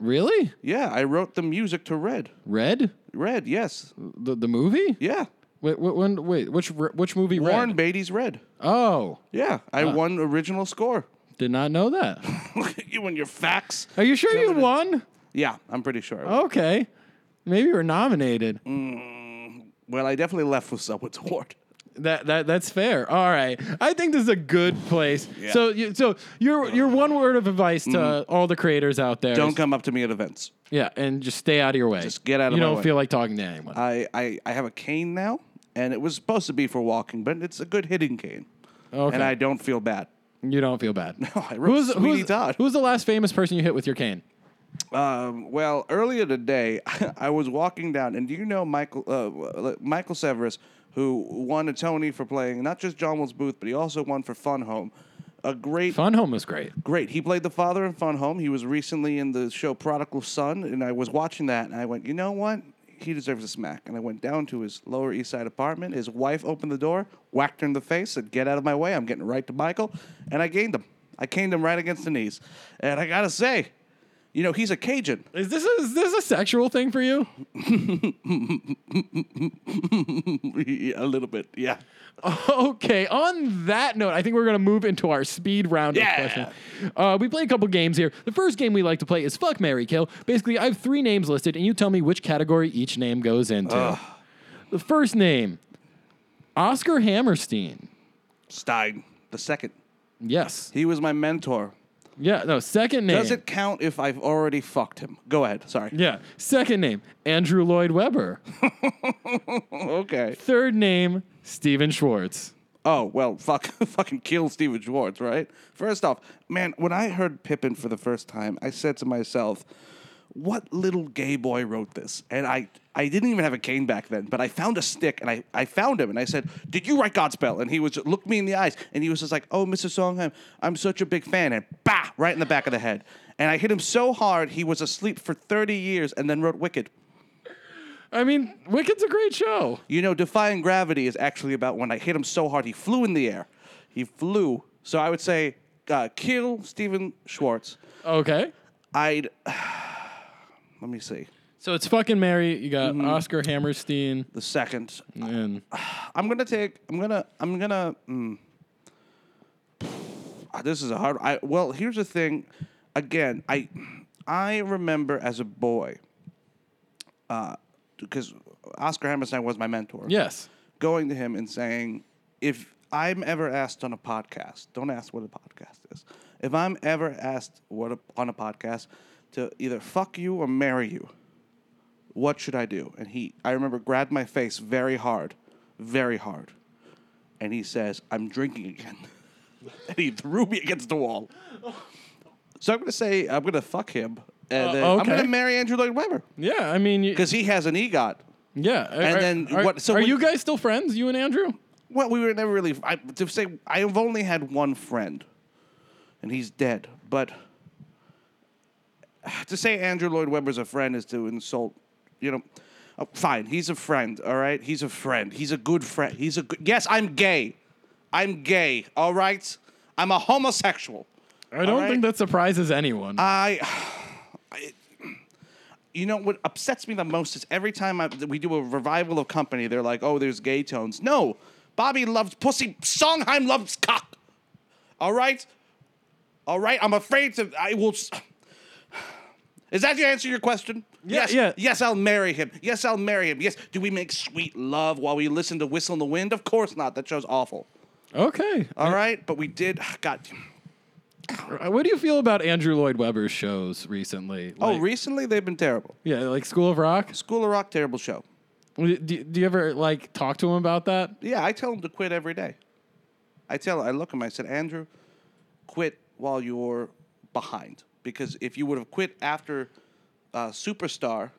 Speaker 1: Really?
Speaker 2: Yeah, I wrote the music to Red.
Speaker 1: Red?
Speaker 2: Red, yes,
Speaker 1: The the movie?
Speaker 2: yeah.
Speaker 1: Wait, wait, when, wait which re- which movie?
Speaker 2: Warren
Speaker 1: Red?
Speaker 2: Beatty's Red.
Speaker 1: Oh,
Speaker 2: Yeah, I won original score.
Speaker 1: did not know that.
Speaker 2: Look at you and your facts.
Speaker 1: Are you sure you won?
Speaker 2: Yeah, I'm pretty sure. I
Speaker 1: Okay. Maybe you were nominated.
Speaker 2: Well, I definitely left with someone's award.
Speaker 1: That, that that's fair. All right, I think this is a good place. So you, so your your one word of advice to all the creators out there.
Speaker 2: Mm-hmm. Don't
Speaker 1: is-
Speaker 2: come up to me at events.
Speaker 1: yeah, and just stay out of your way.
Speaker 2: Just get out of
Speaker 1: You
Speaker 2: my
Speaker 1: don't
Speaker 2: way. Uh,
Speaker 1: feel like talking to anyone.
Speaker 2: I, I, I have a cane now, and it was supposed to be for walking, but it's a good hitting cane.
Speaker 1: Okay.
Speaker 2: And I don't feel bad.
Speaker 1: you don't feel bad.
Speaker 2: No, I wrote
Speaker 1: Who's
Speaker 2: Sweeney
Speaker 1: who's
Speaker 2: Todd.
Speaker 1: who's the last famous person you hit with your cane?
Speaker 2: Um, well, earlier today, I was walking down, and do you know Michael uh, Michael Severus, who won a Tony for playing not just John Wilkes Booth, but he also won for Fun Home. A great,
Speaker 1: Fun Home was great.
Speaker 2: great. He played the father in Fun Home. He was recently in the show Prodigal Son, and I was watching that, and I went, you know what? He deserves a smack. And I went down to his Lower East Side apartment. His wife opened the door, whacked her in the face, said, "Get out of my way! I'm getting right to Michael," and I gained him. I caned him right against the knees, and I gotta say. You know, he's a Cajun.
Speaker 1: Is this a, is this a sexual thing for you?
Speaker 2: a little bit, yeah.
Speaker 1: Okay, on that note, I think we're going to move into our speed round
Speaker 2: Yeah.
Speaker 1: of questions. Uh, we play a couple games here. The first game we like to play is Fuck Mary Kill. Basically, I have three names listed, and you tell me which category each name goes into. The first name, Oscar Hammerstein.
Speaker 2: Stein, the second.
Speaker 1: Yes.
Speaker 2: He was my mentor.
Speaker 1: Yeah, no, second name.
Speaker 2: Does it count if I've already fucked him? Go ahead. Sorry.
Speaker 1: Yeah. Second name, Andrew Lloyd Webber.
Speaker 2: Okay.
Speaker 1: Third name, Steven Schwartz.
Speaker 2: Oh well, fuck, fucking kill Steven Schwartz, right? First off, man, when I heard Pippin for the first time, I said to myself, "What little gay boy wrote this?" And I, I didn't even have a cane back then, but I found a stick and I, I found him and I said, "Did you write Godspell?" And he was looked me in the eyes and he was just like, "Oh, Mr. Songheim, I'm such a big fan," and bah, right in the back of the head. And I hit him so hard he was asleep for thirty years and then wrote Wicked.
Speaker 1: I mean, Wicked's a great show.
Speaker 2: You know, Defying Gravity is actually about when I hit him so hard he flew in the air. He flew. So I would say, uh, kill Steven Schwartz.
Speaker 1: Okay.
Speaker 2: I'd. Let me see.
Speaker 1: So it's fucking Mary. You got
Speaker 2: Mm-hmm.
Speaker 1: Oscar Hammerstein
Speaker 2: The second.
Speaker 1: and
Speaker 2: I'm gonna take. I'm gonna. I'm gonna. Mm, Ah, this is a hard. I well, here's the thing. Again, I I remember as a boy, because Oscar Hammerstein was my mentor.
Speaker 1: yes.
Speaker 2: going to him and saying, if I'm ever asked on a podcast, don't ask what a podcast is. If I'm ever asked what a, on a podcast to either fuck you or marry you, what should I do? And he, I remember, grabbed my face very hard, very hard, and he says, "I'm drinking again," and he threw me against the wall. So I'm gonna say I'm gonna fuck him, and
Speaker 1: Uh,
Speaker 2: then I'm
Speaker 1: okay.
Speaker 2: gonna marry Andrew Lloyd Webber
Speaker 1: Yeah, I mean, you,
Speaker 2: because he has an EGOT.
Speaker 1: yeah. And
Speaker 2: then what- so
Speaker 1: are
Speaker 2: we-
Speaker 1: you guys still friends, you and Andrew?
Speaker 2: Well, we were never really. I, to say I have only had one friend, and he's dead. But to say Andrew Lloyd Webber's a friend is to insult. You know, oh, fine. He's a friend. All right. He's a friend. He's a good friend. He's a good. Yes, I'm gay. I'm gay. All right. I'm a homosexual.
Speaker 1: I don't
Speaker 2: right.
Speaker 1: think that surprises anyone.
Speaker 2: I, I- you know what upsets me the most is every time I, we do a revival of Company, they're like, "Oh, there's gay tones." No, Bobby loves pussy. Songheim loves cock. All right, all right. I'm afraid to. I will. s- Is that your answer to your question? yes.
Speaker 1: yeah.
Speaker 2: Yes, I'll marry him. Yes, I'll marry him. Yes. Do we make sweet love while we listen to Whistle in the Wind? Of course not. That show's awful.
Speaker 1: okay.
Speaker 2: All right, but we did. God.
Speaker 1: Uh, What do you feel about Andrew Lloyd Webber's shows recently?
Speaker 2: Oh,
Speaker 1: Like-
Speaker 2: recently they've been terrible.
Speaker 1: yeah, like School of Rock.
Speaker 2: School of Rock, terrible show.
Speaker 1: Do, do you ever like talk to him about that?
Speaker 2: Yeah, I tell him to quit every day. I tell I look at him, I said, Andrew, quit while you're behind. Because if you would have quit after uh, Superstar,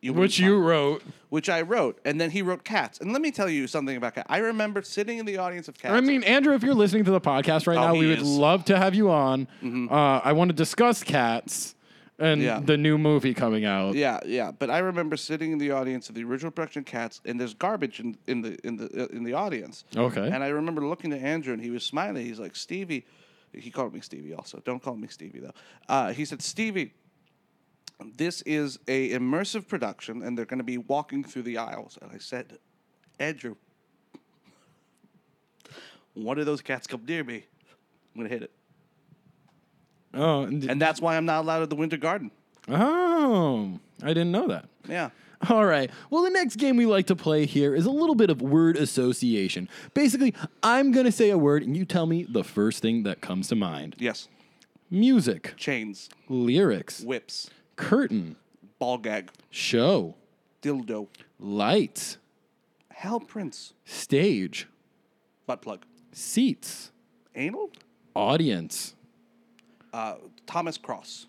Speaker 2: you would've
Speaker 1: Which you
Speaker 2: won."
Speaker 1: wrote.
Speaker 2: which I wrote, and then he wrote Cats. And let me tell you something about Cats. I remember sitting in the audience of Cats.
Speaker 1: I mean, Andrew, if you're listening to the podcast right
Speaker 2: Oh,
Speaker 1: now,
Speaker 2: he
Speaker 1: we would
Speaker 2: is. Mm-hmm.
Speaker 1: love to have you on. Uh, I want to discuss Cats and
Speaker 2: Yeah.
Speaker 1: the new movie coming out.
Speaker 2: yeah, yeah. But I remember sitting in the audience of the original production of Cats, and there's garbage in, in the in the uh, in the audience.
Speaker 1: Okay.
Speaker 2: And I remember looking at Andrew, and he was smiling. He's like, Stevie. He called me Stevie. Also, don't call me Stevie though. Uh, he said, Stevie. This is a immersive production, and they're going to be walking through the aisles. And I said, Andrew, one of those cats come near me, I'm going to hit it.
Speaker 1: Oh, and-
Speaker 2: And that's why I'm not allowed at the Winter Garden.
Speaker 1: oh, I didn't know that.
Speaker 2: Yeah.
Speaker 1: All right. Well, the next game we like to play here is a little bit of word association. Basically, I'm going to say a word and you tell me the first thing that comes to mind
Speaker 2: Yes.
Speaker 1: music,
Speaker 2: Chains,
Speaker 1: lyrics,
Speaker 2: whips,
Speaker 1: curtain,
Speaker 2: ball gag,
Speaker 1: show,
Speaker 2: dildo,
Speaker 1: lights,
Speaker 2: Hal Prince,
Speaker 1: stage,
Speaker 2: butt plug,
Speaker 1: seats,
Speaker 2: anal,
Speaker 1: audience,
Speaker 2: uh, Thomas Cross,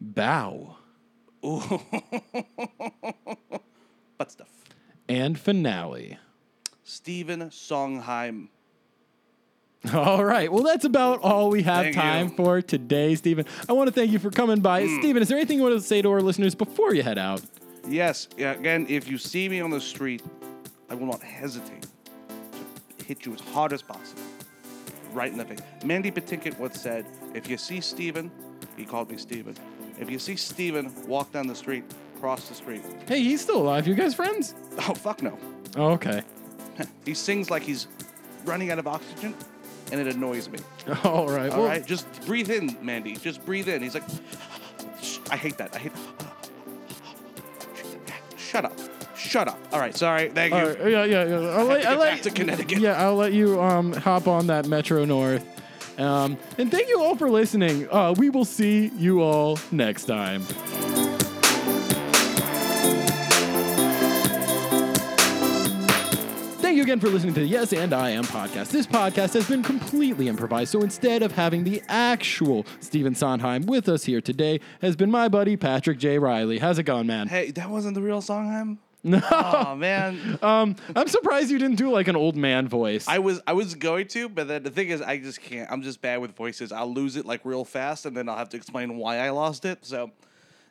Speaker 1: bow,
Speaker 2: butt stuff,
Speaker 1: and finale.
Speaker 2: Stephen Songheim.
Speaker 1: All right. Well, that's about all we have
Speaker 2: Thank
Speaker 1: time
Speaker 2: you. Hmm.
Speaker 1: for today, Stephen. I want to thank you for coming by. Stephen, is there anything you want to say to our listeners before you head out?
Speaker 2: Yes, yeah, again, if you see me on the street, I will not hesitate to hit you as hard as possible. Right in the face. Mandy Patinkin once said, if you see Steven, he called me Steven, if you see Steven walk down the street, cross the street.
Speaker 1: Hey, he's still alive. You guys friends?
Speaker 2: Oh, fuck no.
Speaker 1: Oh, okay.
Speaker 2: He sings like he's running out of oxygen, and it annoys me.
Speaker 1: All right.
Speaker 2: All
Speaker 1: well,
Speaker 2: right, just breathe in, Mandy. Just breathe in. He's like, I hate that. I hate. Shut up. Shut up. All right, sorry. Thank
Speaker 1: all
Speaker 2: you.
Speaker 1: right, yeah, yeah, yeah. I'll
Speaker 2: I
Speaker 1: let,
Speaker 2: have to
Speaker 1: I'll
Speaker 2: get
Speaker 1: let-
Speaker 2: back to Connecticut.
Speaker 1: Yeah, I'll let you um, hop on that Metro North. Um, and thank you all for listening. Uh, we will see you all next time. Thank you again for listening to the Yes and I Am podcast. This podcast has been completely improvised, so instead of having the actual Stephen Sondheim with us here today, has been my buddy Patrick J. Riley. How's it going, man?
Speaker 2: Hey, that wasn't the real Songheim. No. Oh man,
Speaker 1: Um, I'm surprised you didn't do like an old man voice.
Speaker 2: I was I was going to, but then the thing is, I just can't. I'm just bad with voices. I'll lose it like real fast, and then I'll have to explain why I lost it. So,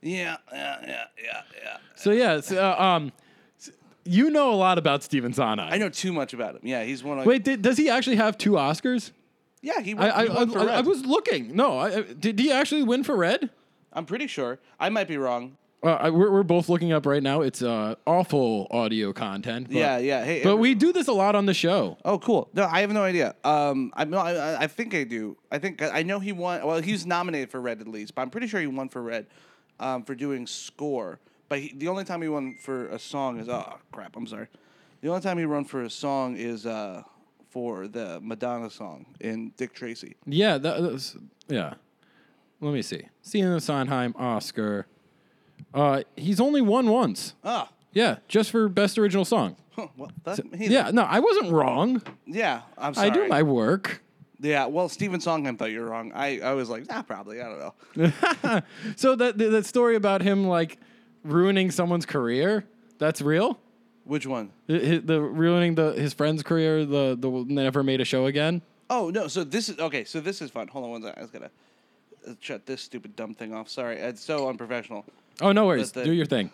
Speaker 2: yeah, yeah, yeah, yeah, yeah.
Speaker 1: so yeah, so, uh, um, s- you know a lot about Steven
Speaker 2: I
Speaker 1: Sondheim.
Speaker 2: know too much about him. Yeah, he's one of.
Speaker 1: Wait, did, does he actually have two Oscars?
Speaker 2: yeah, he. Won,
Speaker 1: I I,
Speaker 2: he
Speaker 1: I,
Speaker 2: won for
Speaker 1: I-
Speaker 2: Red.
Speaker 1: I was looking. No, I, I- did he actually win for Red?
Speaker 2: I'm pretty sure. I might be wrong.
Speaker 1: Uh, I, we're, we're both looking up right now. It's uh, awful audio content. But,
Speaker 2: yeah, yeah. Hey,
Speaker 1: But
Speaker 2: every-
Speaker 1: we do this a lot on the show.
Speaker 2: Oh, cool. No, I have no idea. Um, I'm not, I, I- I think I do. I think I know he won. Well, he was nominated for Red at least, but I'm pretty sure he won for Red, um, for doing score. But he, the only time he won for a song is oh crap, I'm sorry. The only time he won for a song is uh, for the Madonna song in Dick Tracy.
Speaker 1: Yeah, that, that's, yeah. Let me see. Steven Sondheim Oscar. Uh, he's only won once.
Speaker 2: Ah,
Speaker 1: Yeah, just for best original song.
Speaker 2: huh, well, that, he,
Speaker 1: Yeah, no, I wasn't wrong.
Speaker 2: yeah. I'm
Speaker 1: I
Speaker 2: sorry.
Speaker 1: do my work.
Speaker 2: yeah. Well, Stephen Sondheim thought you were wrong. I, I was like, ah, probably. I don't know.
Speaker 1: So that that that story about him like ruining someone's career, that's real?
Speaker 2: Which one?
Speaker 1: The- The, the ruining the his friend's career, the the never made a show again.
Speaker 2: Oh no! So this is okay. So this is fun. Hold on one second. I was gonna uh, shut this stupid dumb thing off. Sorry, it's so unprofessional.
Speaker 1: Oh, no worries.
Speaker 2: But the-
Speaker 1: Do your thing.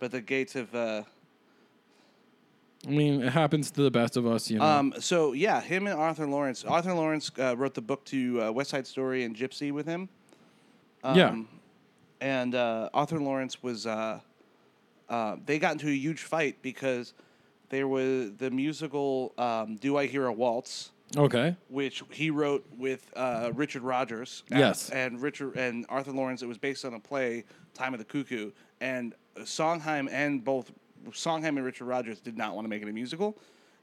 Speaker 2: But the gates have. Uh,
Speaker 1: I mean, it happens to the best of us, you know.
Speaker 2: um. So yeah, him and Arthur Lawrence. Arthur Lawrence uh, wrote the book to uh, West Side Story and Gypsy with him. Um,
Speaker 1: yeah.
Speaker 2: and uh, Arthur Lawrence was uh, uh, they got into a huge fight because there was the musical um, "Do I Hear a Waltz,"
Speaker 1: Okay.
Speaker 2: which he wrote with uh, Richard Rogers. and-
Speaker 1: Yes.
Speaker 2: And Richard and Arthur Lawrence. It was based on a play, Time of the Cuckoo, and Songheim and both Songheim and Richard Rogers did not want to make it a musical.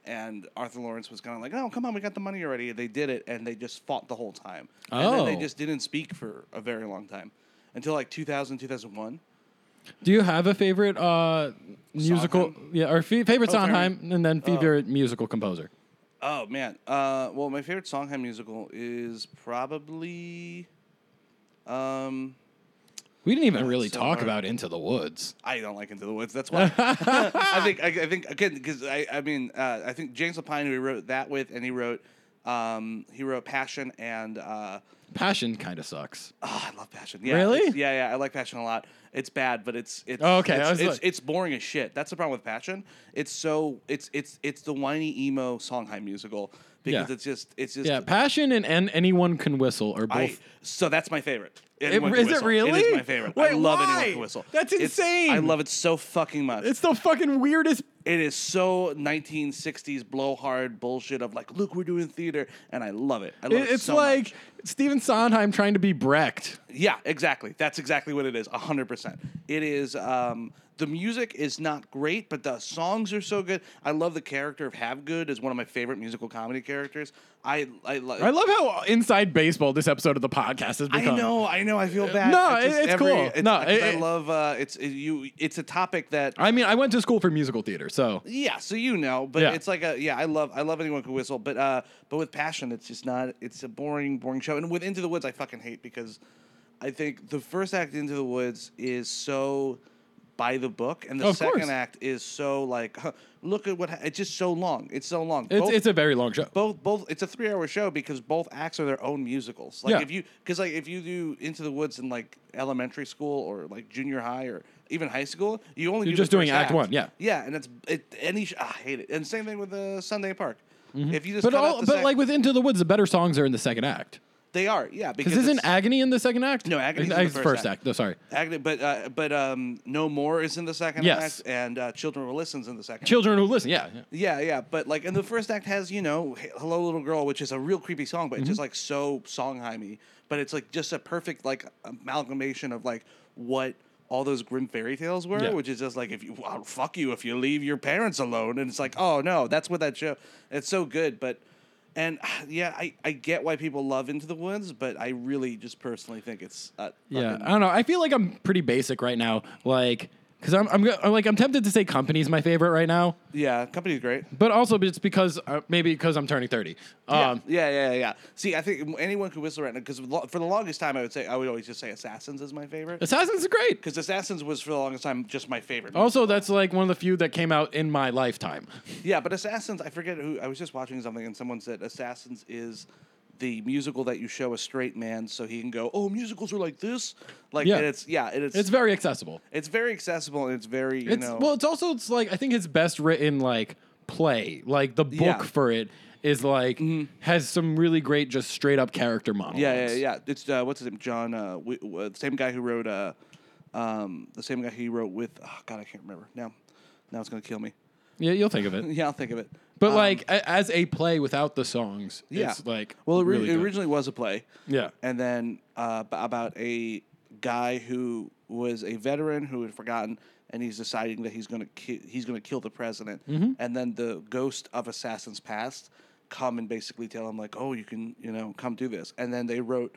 Speaker 2: And Arthur Lawrence was kind of like, "Oh, come on, we got the money already." They did it, and they just fought the whole time. And then
Speaker 1: Oh.
Speaker 2: they just didn't speak for a very long time, until like 2000, 2001.
Speaker 1: Do you have a favorite uh musical
Speaker 2: Sondheim? Oh,
Speaker 1: yeah, or fe- favorite
Speaker 2: sorry.
Speaker 1: Sondheim and then favorite musical composer?
Speaker 2: Oh man. Uh, well, my favorite Songheim musical is probably, um,
Speaker 1: We didn't even really
Speaker 2: so
Speaker 1: talk
Speaker 2: hard.
Speaker 1: about Into the Woods.
Speaker 2: I don't like Into the Woods. That's why. I think I, I think again because I I mean uh, I think James Lapine who he wrote that with and he wrote um he wrote Passion and uh
Speaker 1: Passion kind of sucks.
Speaker 2: oh, I love Passion. Yeah,
Speaker 1: Really?
Speaker 2: it's- Yeah, yeah. I like Passion a lot. It's bad, but it's it's
Speaker 1: Oh, okay, I
Speaker 2: It's,
Speaker 1: was
Speaker 2: it's,
Speaker 1: like-
Speaker 2: it's boring as shit. That's the problem with Passion. It's so it's it's it's the whiny emo Songheim musical because
Speaker 1: Yeah.
Speaker 2: it's just it's just
Speaker 1: Yeah, Passion and, and Anyone Can Whistle are both
Speaker 2: I, so that's my favorite.
Speaker 1: It-
Speaker 2: Anyone Can
Speaker 1: is it
Speaker 2: Whistle. It
Speaker 1: really?
Speaker 2: is my favorite.
Speaker 1: Wait,
Speaker 2: I love
Speaker 1: why?
Speaker 2: Anyone Can Whistle.
Speaker 1: That's
Speaker 2: It's- I
Speaker 1: insane.
Speaker 2: love it so fucking much.
Speaker 1: It's the fucking weirdest.
Speaker 2: It is so 1960s blowhard bullshit of like, look, we're doing theater, and I love it. I love it
Speaker 1: It's
Speaker 2: so
Speaker 1: like
Speaker 2: much.
Speaker 1: Stephen Sondheim trying to be Brecht.
Speaker 2: yeah, exactly. That's exactly what it is. hundred percent. It is um, the music is not great, but the songs are so good. I love the character of Havgood as one of my favorite musical comedy characters. I I, lo-
Speaker 1: I love how inside baseball this episode of the podcast has become.
Speaker 2: I know, I know. I feel bad.
Speaker 1: No,
Speaker 2: I
Speaker 1: it- it's cool. No,
Speaker 2: 'cause
Speaker 1: it-
Speaker 2: I
Speaker 1: it-
Speaker 2: love. Uh, it's it, you. It's a topic that.
Speaker 1: I mean, I went to school for musical theater, so
Speaker 2: Yeah, so you know, but
Speaker 1: Yeah.
Speaker 2: it's like a yeah. I love I love anyone who can whistle, but uh, but with passion, it's just not. It's a boring, boring show. And with Into the Woods, I fucking hate because I think the first act of Into the Woods is so by the book, and the
Speaker 1: Of
Speaker 2: second
Speaker 1: course.
Speaker 2: act is so like huh, look at what ha- it's just so long. It's so long.
Speaker 1: it's,
Speaker 2: Both-
Speaker 1: it's a very long show.
Speaker 2: both both it's a three hour show because both acts are their own musicals. Like
Speaker 1: Yeah.
Speaker 2: if you because like if you do Into the Woods in like elementary school or like junior high or even high school, you only
Speaker 1: You're
Speaker 2: do
Speaker 1: just
Speaker 2: the
Speaker 1: doing
Speaker 2: first
Speaker 1: act one, yeah.
Speaker 2: yeah, and it's it any sh- ah, I hate it. And same thing with uh, Sunday Park. If you just
Speaker 1: Mm-hmm. But
Speaker 2: cut out
Speaker 1: all,
Speaker 2: the
Speaker 1: but
Speaker 2: sec-
Speaker 1: like with Into the Woods, the better songs are in the second act.
Speaker 2: they are yeah because
Speaker 1: Because isn't
Speaker 2: it's-
Speaker 1: Agony in the second act?
Speaker 2: No, Agony's in the
Speaker 1: It's
Speaker 2: first act.
Speaker 1: No, sorry.
Speaker 2: Agony, but uh, but um, no more is in the second
Speaker 1: Yes.
Speaker 2: act, and uh, Children Will Listen's in the second.
Speaker 1: Children who listen, yeah. yeah.
Speaker 2: Yeah, yeah, but like, and the first act has you know, H- "Hello Little Girl," which is a real creepy song, but it's
Speaker 1: Mm-hmm.
Speaker 2: just like so songheimy. But it's like just a perfect like amalgamation of like what all those grim fairy tales were,
Speaker 1: Yeah.
Speaker 2: which is just like if you I'll fuck you if you leave your parents alone, and it's like oh no, that's what that show. It's so good, but and yeah, I I get why people love Into the Woods, but I really just personally think it's uh,
Speaker 1: Yeah,
Speaker 2: fucking-
Speaker 1: I don't know. I feel like I'm pretty basic right now. Like, because I'm, I'm, go- I'm like I'm tempted to say company's my favorite right now,
Speaker 2: yeah, company's great.
Speaker 1: but also it's because uh, maybe because I'm turning thirty.
Speaker 2: Yeah,
Speaker 1: Um,
Speaker 2: yeah, yeah, yeah. See, I think anyone could whistle right now because for the longest time, I would say I would always just say Assassins is my favorite
Speaker 1: Assassins is great.
Speaker 2: because Assassins was for the longest time just my favorite.
Speaker 1: Also, that's like one of the few that came out in my lifetime.
Speaker 2: Yeah, but Assassins, I forget who. I was just watching something and someone said Assassins is the musical that you show a straight man so he can go, oh, musicals are like this, like
Speaker 1: Yeah.
Speaker 2: and it's yeah, and it's
Speaker 1: It's
Speaker 2: it's,
Speaker 1: very accessible.
Speaker 2: very accessible and it's very you
Speaker 1: It's
Speaker 2: know
Speaker 1: well, it's also it's like I think his best written like play, like the book
Speaker 2: Yeah. Mm-hmm.
Speaker 1: for it is like has some really great just straight up character monologues.
Speaker 2: yeah, yeah, yeah. It's uh, what's his name, John, uh, w- w- the same guy who wrote uh, um, the same guy he wrote with. Oh God, I can't remember now. Now it's gonna kill me.
Speaker 1: Yeah, you'll think of it.
Speaker 2: Yeah, I'll think of it.
Speaker 1: But
Speaker 2: Um,
Speaker 1: like a, as a play without the songs, it's like
Speaker 2: well, it, ri-
Speaker 1: really
Speaker 2: it
Speaker 1: good.
Speaker 2: originally was a play,
Speaker 1: yeah.
Speaker 2: and then uh, b- about a guy who was a veteran who had forgotten, and he's deciding that he's gonna ki- he's gonna kill the president,
Speaker 1: Mm-hmm.
Speaker 2: and then the ghost of assassins past come and basically tell him like, oh, you can you know come do this, and then they wrote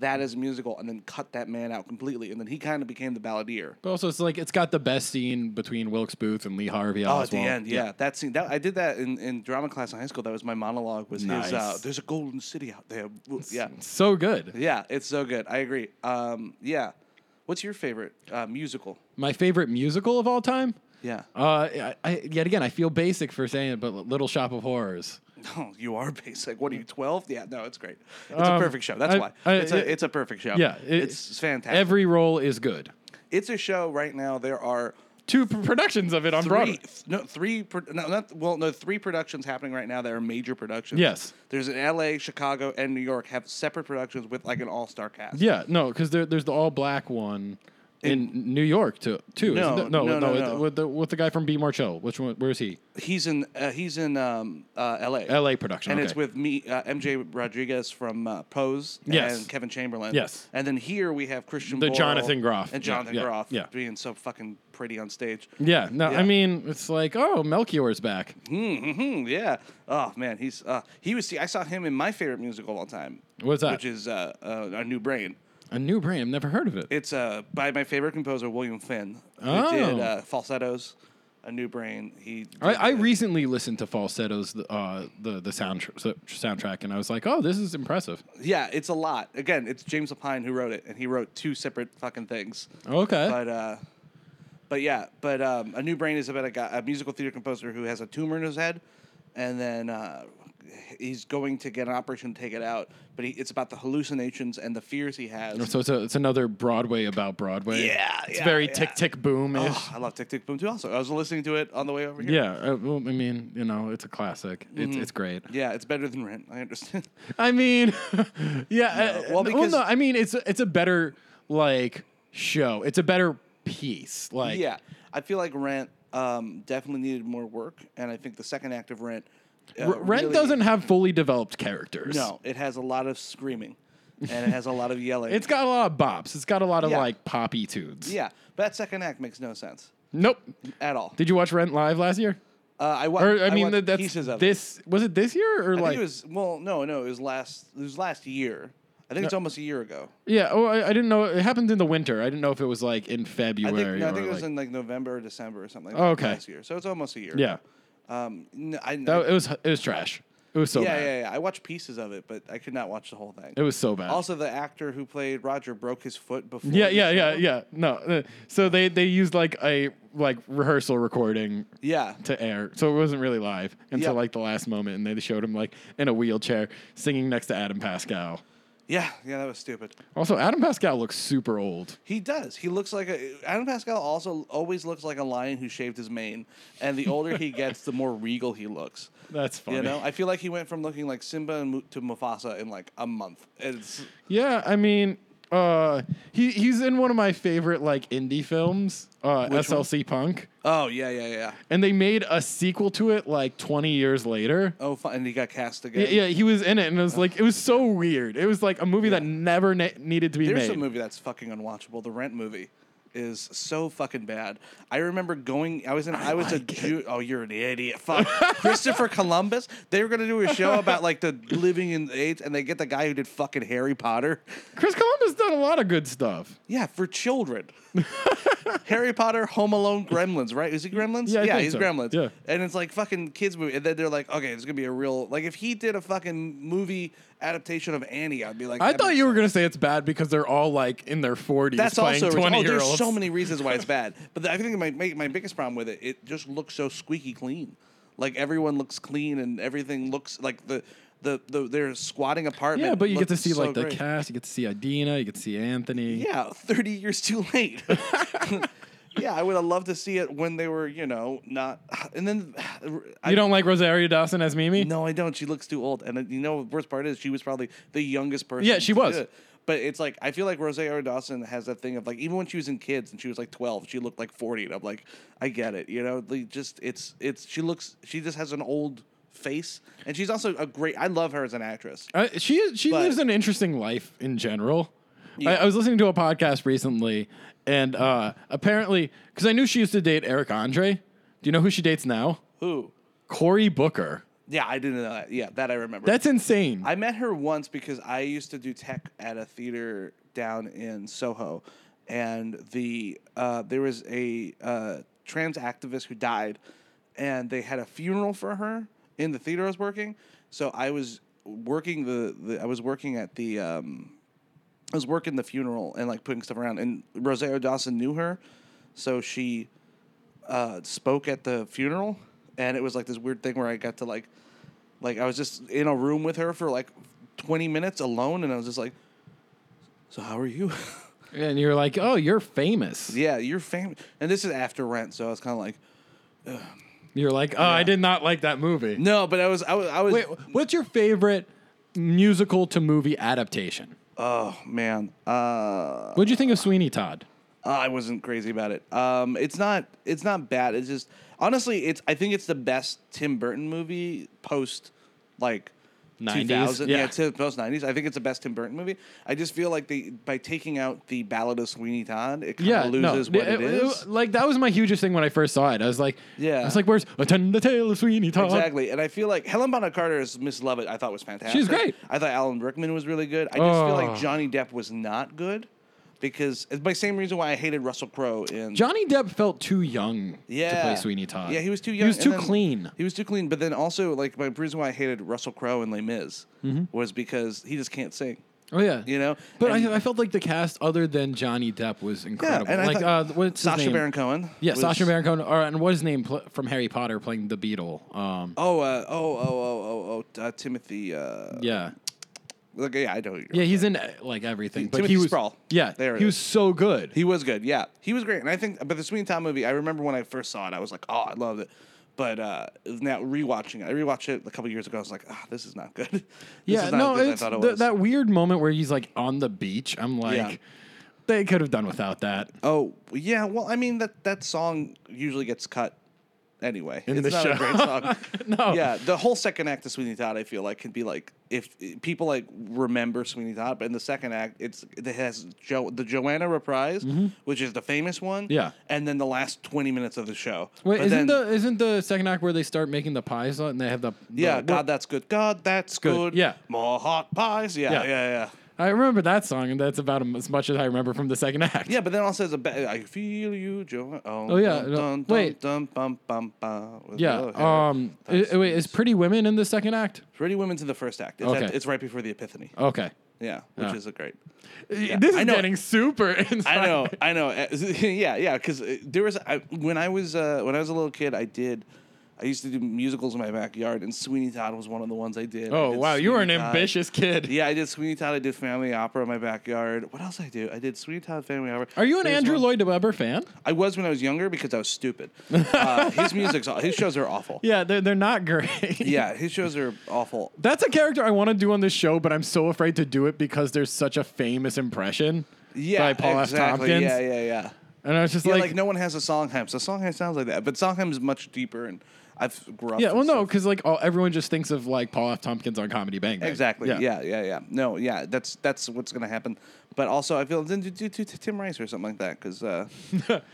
Speaker 2: that as a musical, and then cut that man out completely, and then he kind of became the balladeer.
Speaker 1: But also, it's like it's got the best scene between Wilkes Booth and Lee Harvey
Speaker 2: Oh,
Speaker 1: Oswald.
Speaker 2: at the end, yeah. That scene, that I did that in, in drama class in high school. That was my monologue. Was his? Uh,
Speaker 1: Nice.
Speaker 2: There's a golden city out there. W- Yeah,
Speaker 1: so good.
Speaker 2: yeah. It's so good. I agree. Um, yeah. What's your favorite uh, musical?
Speaker 1: My favorite musical of all time.
Speaker 2: Yeah.
Speaker 1: Uh, I, I, yet again, I feel basic for saying it, but Little Shop of Horrors.
Speaker 2: Oh, you are basic. What are you, 12? Yeah, no, it's great. It's a
Speaker 1: Um,
Speaker 2: perfect show. That's
Speaker 1: I-
Speaker 2: why.
Speaker 1: I-
Speaker 2: it's,
Speaker 1: it-
Speaker 2: a, it's a perfect show.
Speaker 1: Yeah, it-
Speaker 2: it's fantastic.
Speaker 1: Every role is good.
Speaker 2: it's a show right now. There are
Speaker 1: Two pr- productions of it on
Speaker 2: three,
Speaker 1: Broadway.
Speaker 2: th- no, three, pro- no, not, well, no, three productions happening right now that are major productions.
Speaker 1: Yes.
Speaker 2: There's in LA, Chicago, and New York have separate productions with like an all star cast.
Speaker 1: Yeah, no, because there, there's the all black one in, New York too. Too
Speaker 2: No,
Speaker 1: isn't there? no,
Speaker 2: no, no,
Speaker 1: with-
Speaker 2: no.
Speaker 1: With, the with the guy from B Marchell. Which one? Where is he?
Speaker 2: He's in uh, he's in um, uh, L.A.
Speaker 1: L.A. production,
Speaker 2: and
Speaker 1: okay.
Speaker 2: it's with me uh, MJ Rodriguez from uh, Pose
Speaker 1: Yes.
Speaker 2: and Kevin Chamberlain.
Speaker 1: Yes.
Speaker 2: and then here we have Christian
Speaker 1: The
Speaker 2: Borle
Speaker 1: Jonathan Groff.
Speaker 2: and
Speaker 1: Yeah,
Speaker 2: Jonathan
Speaker 1: yeah,
Speaker 2: Groff
Speaker 1: yeah.
Speaker 2: being so fucking pretty on stage.
Speaker 1: Yeah, no,
Speaker 2: Yeah.
Speaker 1: I mean it's like oh Melchior's back.
Speaker 2: Mm-hmm, yeah. Oh man, he's uh, he was. See, I saw him in my favorite musical of all time.
Speaker 1: What's that?
Speaker 2: Which is uh, uh, A New Brain.
Speaker 1: A new brain. I've never heard of it.
Speaker 2: It's uh, by my favorite composer William Finn. Who
Speaker 1: Oh.
Speaker 2: did uh, falsettos, A New Brain. He.
Speaker 1: I,
Speaker 2: did,
Speaker 1: I
Speaker 2: uh,
Speaker 1: recently listened to Falsetto's uh, the the soundtr- so- soundtrack, and I was like, "Oh, this is impressive."
Speaker 2: Yeah, it's a lot. Again, it's James Lapine who wrote it, and he wrote two separate fucking things.
Speaker 1: Okay,
Speaker 2: But uh, but yeah, but um, a new brain is about a guy, a musical theater composer who has a tumor in his head, and then uh, he's going to get an operation to take it out. But he, it's about the hallucinations and the fears he has.
Speaker 1: so it's, a, it's another Broadway about Broadway.
Speaker 2: Yeah,
Speaker 1: it's
Speaker 2: yeah,
Speaker 1: very
Speaker 2: yeah.
Speaker 1: tick tick boom ish.
Speaker 2: Oh, I love Tick Tick Boom too. Also, I was listening to it on the way over here.
Speaker 1: Yeah, uh, well, I mean, you know, it's a classic. It's it's great.
Speaker 2: Mm-hmm. Yeah, it's better than Rent. I understand.
Speaker 1: I mean, yeah. uh,
Speaker 2: No, well,
Speaker 1: well,
Speaker 2: because-
Speaker 1: no, I mean, it's it's a better like show. It's a better piece. Like,
Speaker 2: yeah, I feel like Rent um, definitely needed more work, and I think the second act of Rent. uh,
Speaker 1: R- Rent
Speaker 2: really-
Speaker 1: doesn't have fully developed characters.
Speaker 2: No, it has a lot of screaming, and it has a lot of yelling.
Speaker 1: it's got a lot of bops. It's got a lot of
Speaker 2: Yeah.
Speaker 1: like poppy tunes.
Speaker 2: yeah, but that second act makes no sense.
Speaker 1: Nope.
Speaker 2: at all.
Speaker 1: Did you watch Rent live last year?
Speaker 2: Uh, I, wa-
Speaker 1: Or I, mean,
Speaker 2: watched
Speaker 1: that, that's
Speaker 2: pieces of it.
Speaker 1: this was it this year or
Speaker 2: I
Speaker 1: like
Speaker 2: think it was well, no, no, it was last. It was last year. I think it's almost a year ago.
Speaker 1: yeah? Oh, I, I didn't know it happened in the winter. I didn't know if it was like in February.
Speaker 2: I think, no, I
Speaker 1: or,
Speaker 2: think it was
Speaker 1: like-
Speaker 2: in like November or December or something. Like
Speaker 1: Oh,
Speaker 2: that
Speaker 1: okay.
Speaker 2: Last year, so it's almost a year.
Speaker 1: yeah.
Speaker 2: Um. n- I,
Speaker 1: That, it was it was trash. It was so
Speaker 2: yeah,
Speaker 1: bad.
Speaker 2: yeah, yeah. I watched pieces of it, but I could not watch the whole thing.
Speaker 1: It was so bad.
Speaker 2: Also, the actor who played Roger broke his foot before.
Speaker 1: yeah,
Speaker 2: the
Speaker 1: yeah, yeah,
Speaker 2: show.
Speaker 1: yeah. No, uh, so they they used like a like rehearsal recording
Speaker 2: yeah.
Speaker 1: to air, so it wasn't really live until
Speaker 2: Yeah.
Speaker 1: like the last moment, and they showed him like in a wheelchair singing next to Adam Pascal.
Speaker 2: Yeah, yeah, that was stupid.
Speaker 1: Also, Adam Pascal looks super old.
Speaker 2: He does. He looks like a Adam Pascal. Also, always looks like a lion who shaved his mane. And the older he gets, the more regal he looks.
Speaker 1: That's funny.
Speaker 2: You know, I feel like he went from looking like Simba and Mu- to Mufasa in like a month. It's
Speaker 1: Yeah, I mean, uh, he he's in one of my favorite like indie films, uh,
Speaker 2: Which one?
Speaker 1: SLC Punk,
Speaker 2: oh yeah, yeah, yeah.
Speaker 1: and they made a sequel to it like 20 years later.
Speaker 2: Oh, fun. and he got cast again.
Speaker 1: Yeah, yeah, he was in it, and it was like it was so weird. It was like a movie that never ne- needed to be
Speaker 2: There's
Speaker 1: made.
Speaker 2: a movie that's fucking unwatchable. The Rent movie is so fucking bad. I remember going. I was in. I, was a
Speaker 1: like it.
Speaker 2: Jew. Oh, you're an idiot. Fuck. Christopher Columbus. They were gonna do a show about like the living in AIDS, and they get the guy who did fucking Harry Potter.
Speaker 1: Chris Columbus done a lot of good stuff.
Speaker 2: Yeah, for children. Harry Potter, Home Alone, Gremlins, right? Is he Gremlins?
Speaker 1: Yeah, I think
Speaker 2: he's
Speaker 1: so.
Speaker 2: Gremlins.
Speaker 1: Yeah.
Speaker 2: And it's like fucking kids movie. And then they're like, okay, it's gonna be a real like if he did a fucking movie adaptation of Annie, I'd be like,
Speaker 1: I
Speaker 2: that'd
Speaker 1: thought
Speaker 2: be
Speaker 1: you were gonna say it's bad because they're all like in their 40s
Speaker 2: That's
Speaker 1: playing
Speaker 2: also
Speaker 1: 20
Speaker 2: oh,
Speaker 1: year
Speaker 2: there's
Speaker 1: olds.
Speaker 2: so many reasons why it's bad. But I think my, my my biggest problem with it, it just looks so squeaky clean. Like everyone looks clean and everything looks like the the, the their squatting apartment.
Speaker 1: yeah, but you get to
Speaker 2: looks
Speaker 1: see
Speaker 2: so
Speaker 1: like the
Speaker 2: great.
Speaker 1: cast. You get to see Adina. You get to see Anthony.
Speaker 2: Yeah, 30 years too late. yeah, I would have loved to see it when they were, you know, not. And then. I,
Speaker 1: You don't like Rosario Dawson as Mimi?
Speaker 2: No, I don't. She looks too old. And uh, you know, the worst part is she was probably the youngest person.
Speaker 1: Yeah, she
Speaker 2: to do
Speaker 1: was.
Speaker 2: it. But it's like, I feel like Rosario Dawson has that thing of like, even when she was in kids and she was like 12, she looked like 40. And I'm like, I get it. You know, like just, it's, it's, she looks, she just has an old face. And she's also a great, I love her as an actress.
Speaker 1: Uh, she she
Speaker 2: But-
Speaker 1: lives an interesting life in general.
Speaker 2: Yeah.
Speaker 1: I, I was listening to a podcast recently, and uh, apparently, because I knew she used to date Eric Andre. Do you know who she dates now?
Speaker 2: Who?
Speaker 1: Cory Booker.
Speaker 2: Yeah, I didn't know that. Yeah, that I remember.
Speaker 1: That's insane.
Speaker 2: I met her once because I used to do tech at a theater down in Soho, and the uh, there was a uh, trans activist who died, and they had a funeral for her in the theater I was working. So I was working the, the I was working at the um, I was working the funeral and like putting stuff around, and Rosario Dawson knew her, so she uh, spoke at the funeral, and it was like this weird thing where I got to like, like I was just in a room with her for like twenty minutes alone, and I was just like, "So how are you?
Speaker 1: and you're like, oh, you're famous.
Speaker 2: yeah, you're famous." And this is after Rent, so I was kind of like,
Speaker 1: You're like, oh, I did not like that movie.
Speaker 2: "No," but I was, I was, I was
Speaker 1: Wait, what's your favorite musical to movie adaptation?
Speaker 2: oh man, uh,
Speaker 1: What'd you think of Sweeney Todd?
Speaker 2: I wasn't crazy about it. Um, it's not, it's not bad. It's just honestly, it's I think it's the best Tim Burton movie post like
Speaker 1: 90s?
Speaker 2: 2000
Speaker 1: Yeah.
Speaker 2: yeah, to post 90s i think it's the best tim burton movie i just feel like they by taking out the ballad of sweeney todd it kind of loses what it is
Speaker 1: like that was my hugest thing when I first saw it. I was like,
Speaker 2: Yeah.
Speaker 1: I was like, where's attend the tale of Sweeney Todd?
Speaker 2: exactly and i feel like helen bonham carter's miss lovett i thought was fantastic
Speaker 1: great.
Speaker 2: i thought alan rickman was really good i just feel
Speaker 1: Oh.
Speaker 2: like johnny depp was not good because it's my same reason why i hated russell crowe in
Speaker 1: Johnny Depp felt too young
Speaker 2: yeah.
Speaker 1: to play Sweeney Todd.
Speaker 2: Yeah, he was too
Speaker 1: He
Speaker 2: young.
Speaker 1: was
Speaker 2: and
Speaker 1: too
Speaker 2: then-
Speaker 1: clean.
Speaker 2: He was too clean. But then also, like, my the reason why I hated Russell Crowe and Les Mis was because he just can't sing.
Speaker 1: Oh yeah,
Speaker 2: You know?
Speaker 1: Mm-hmm. But
Speaker 2: And-
Speaker 1: I, I felt like the cast, other than Johnny Depp, was incredible.
Speaker 2: and I
Speaker 1: like
Speaker 2: thought
Speaker 1: uh, what's his
Speaker 2: Sasha
Speaker 1: name?
Speaker 2: Baron Cohen.
Speaker 1: Yeah,
Speaker 2: was-
Speaker 1: Sasha Baron Cohen, or, and what is his name pl- from Harry Potter playing the Beetle? Um,
Speaker 2: Oh, uh, oh, oh, oh, oh, oh, uh, Timothy. Uh,
Speaker 1: yeah,
Speaker 2: look, yeah, I know. who you're-
Speaker 1: yeah, he's in uh, like everything. But
Speaker 2: Timothy
Speaker 1: he was
Speaker 2: Spall.
Speaker 1: yeah,
Speaker 2: There it
Speaker 1: he was
Speaker 2: is.
Speaker 1: so good.
Speaker 2: He was good. Yeah, he was great. And I think, but the Sweeney Todd movie, I remember when I first saw it, I was like, oh, I loved it. But uh, now rewatching it, I rewatched it a couple years ago. I was like, ah, this is not good. This
Speaker 1: yeah,
Speaker 2: is not
Speaker 1: no,
Speaker 2: as good as
Speaker 1: it's th- that weird moment where he's like on the beach. I'm like,
Speaker 2: Yeah.
Speaker 1: they could have done without that.
Speaker 2: Oh yeah, well, I mean that that song usually gets cut anyway.
Speaker 1: In the
Speaker 2: it's not
Speaker 1: show.
Speaker 2: a great song.
Speaker 1: No.
Speaker 2: Yeah, the whole second act of Sweeney Todd, I feel like, can be like if people like remember Sweeney Todd, but in the second act, it's it has jo- the Joanna reprise, which is the famous one.
Speaker 1: Mm-hmm. Yeah.
Speaker 2: and then the last twenty minutes of the show.
Speaker 1: Wait,
Speaker 2: But
Speaker 1: isn't
Speaker 2: then-
Speaker 1: the isn't the second act where they start making the pies and they have the
Speaker 2: yeah,
Speaker 1: the-
Speaker 2: God, that's good. God, that's
Speaker 1: Good,
Speaker 2: good.
Speaker 1: yeah.
Speaker 2: more hot pies. Yeah,
Speaker 1: Yeah.
Speaker 2: yeah, yeah, yeah.
Speaker 1: I remember that song, and that's about as much as I remember from the second act.
Speaker 2: but then also has a ba- I feel you, Joanna. Oh,
Speaker 1: yeah,
Speaker 2: dun,
Speaker 1: no,
Speaker 2: dun,
Speaker 1: wait.
Speaker 2: dun, bum, bum, bum, with the
Speaker 1: Yeah.
Speaker 2: other hand.
Speaker 1: Um. i- wait, is Pretty Women in the second act?
Speaker 2: Pretty Women's in the first act. It's,
Speaker 1: Okay.
Speaker 2: at- it's right before the Epiphany.
Speaker 1: Okay.
Speaker 2: Yeah, which
Speaker 1: Yeah. Uh,
Speaker 2: is a great.
Speaker 1: This
Speaker 2: I
Speaker 1: is
Speaker 2: know.
Speaker 1: getting super. Inside.
Speaker 2: I know, I know. Uh, yeah, yeah. Because there was I, when I was uh, when I was a little kid, I did. I used to do musicals in my backyard, and Sweeney Todd was one of the ones I did. I
Speaker 1: Oh
Speaker 2: did
Speaker 1: wow, you were an
Speaker 2: Sweeney Todd.
Speaker 1: ambitious kid.
Speaker 2: Yeah, I did Sweeney Todd. I did Family Opera in my backyard. What else I do? I did Sweeney Todd Family Opera.
Speaker 1: Are you an
Speaker 2: There's
Speaker 1: Andrew
Speaker 2: one-
Speaker 1: Lloyd Webber fan?
Speaker 2: I was when I was younger because I was stupid. uh, his music's aw- his shows are awful.
Speaker 1: Yeah, they're they're not great.
Speaker 2: Yeah, his shows are awful.
Speaker 1: That's a character I want to do on this show, but I'm so afraid to do it because there's such a famous impression
Speaker 2: Yeah,
Speaker 1: by Paul F.
Speaker 2: exactly.
Speaker 1: Tompkins.
Speaker 2: Yeah, yeah, yeah.
Speaker 1: And I was just
Speaker 2: Yeah, like,
Speaker 1: like,
Speaker 2: no one has a Sondheim. So Sondheim sounds like that, but Sondheim is much deeper, and I've grew up.
Speaker 1: yeah, well,
Speaker 2: with
Speaker 1: no, because like all, everyone just thinks of like Paul F. Tompkins on Comedy Bang Bang.
Speaker 2: Exactly. Yeah. yeah. Yeah. No. Yeah. That's that's what's gonna happen. But also, I feel then do, do, do Tim Rice or something like that because uh,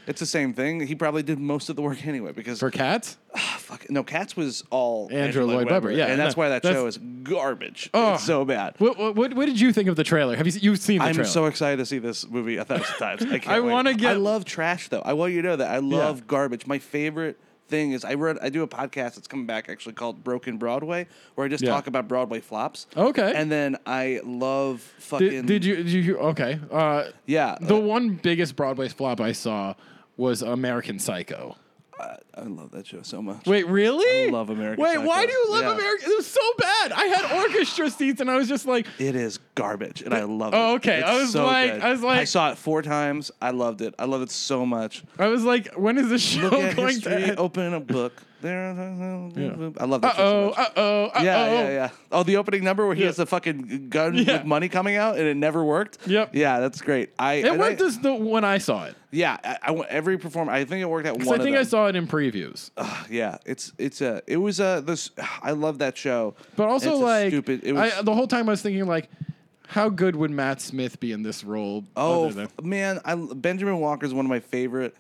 Speaker 2: it's the same thing. He probably did most of the work anyway because
Speaker 1: For cats.
Speaker 2: fuck, no, Cats was all
Speaker 1: Andrew Lloyd Webber, yeah,
Speaker 2: and that's
Speaker 1: no,
Speaker 2: why that
Speaker 1: that's-
Speaker 2: show is garbage.
Speaker 1: Oh.
Speaker 2: it's so bad.
Speaker 1: What, what, what, what did you think of the trailer? Have you se- you've seen the
Speaker 2: I'm
Speaker 1: trailer?
Speaker 2: so excited to see this movie a thousand times. I can't.
Speaker 1: I
Speaker 2: wait.
Speaker 1: wanna get-
Speaker 2: I love trash though. I want you to know that I love garbage. My favorite thing is I read. I do a podcast that's coming back actually called Broken Broadway, where I just
Speaker 1: Yeah.
Speaker 2: talk about Broadway flops.
Speaker 1: Okay.
Speaker 2: And then I love fucking.
Speaker 1: did, did you did you okay? Uh,
Speaker 2: Yeah.
Speaker 1: The one biggest Broadway flop I saw was American Psycho.
Speaker 2: I, I love that show so much.
Speaker 1: Wait, really?
Speaker 2: I love American
Speaker 1: Wait, why
Speaker 2: Psycho.
Speaker 1: do you love
Speaker 2: Yeah.
Speaker 1: American? It was so bad. I had orchestra seats, and I was just like,
Speaker 2: It is garbage, and I love it.
Speaker 1: Oh, okay.
Speaker 2: It's
Speaker 1: I was
Speaker 2: so
Speaker 1: like-
Speaker 2: good.
Speaker 1: I was like-
Speaker 2: I saw it four times. I loved it. I love it so much.
Speaker 1: I was like, when is this show
Speaker 2: Look at
Speaker 1: going
Speaker 2: history.
Speaker 1: to end?
Speaker 2: Open a book. There. I love
Speaker 1: Uh
Speaker 2: that. show so
Speaker 1: oh,
Speaker 2: much.
Speaker 1: uh oh, uh
Speaker 2: Yeah,
Speaker 1: oh.
Speaker 2: yeah, yeah. Oh, the opening number where he
Speaker 1: Yeah.
Speaker 2: has the fucking gun
Speaker 1: Yeah.
Speaker 2: with money coming out, and it never worked.
Speaker 1: Yep.
Speaker 2: Yeah, that's great. I
Speaker 1: It
Speaker 2: and
Speaker 1: worked
Speaker 2: I,
Speaker 1: as the when I saw it.
Speaker 2: yeah, I, I went- every perform. I think it worked out
Speaker 1: 'Cause
Speaker 2: one.
Speaker 1: I think I
Speaker 2: of them.
Speaker 1: saw it in previews.
Speaker 2: Ugh, yeah, it's it's a it was a this. I love that show.
Speaker 1: But also,
Speaker 2: It's a
Speaker 1: like,
Speaker 2: stupid. It was
Speaker 1: I, the whole time I was thinking, like, how good would Matt Smith be in this role?
Speaker 2: Oh
Speaker 1: other than-
Speaker 2: f- man, I Benjamin Walker is one of my favorite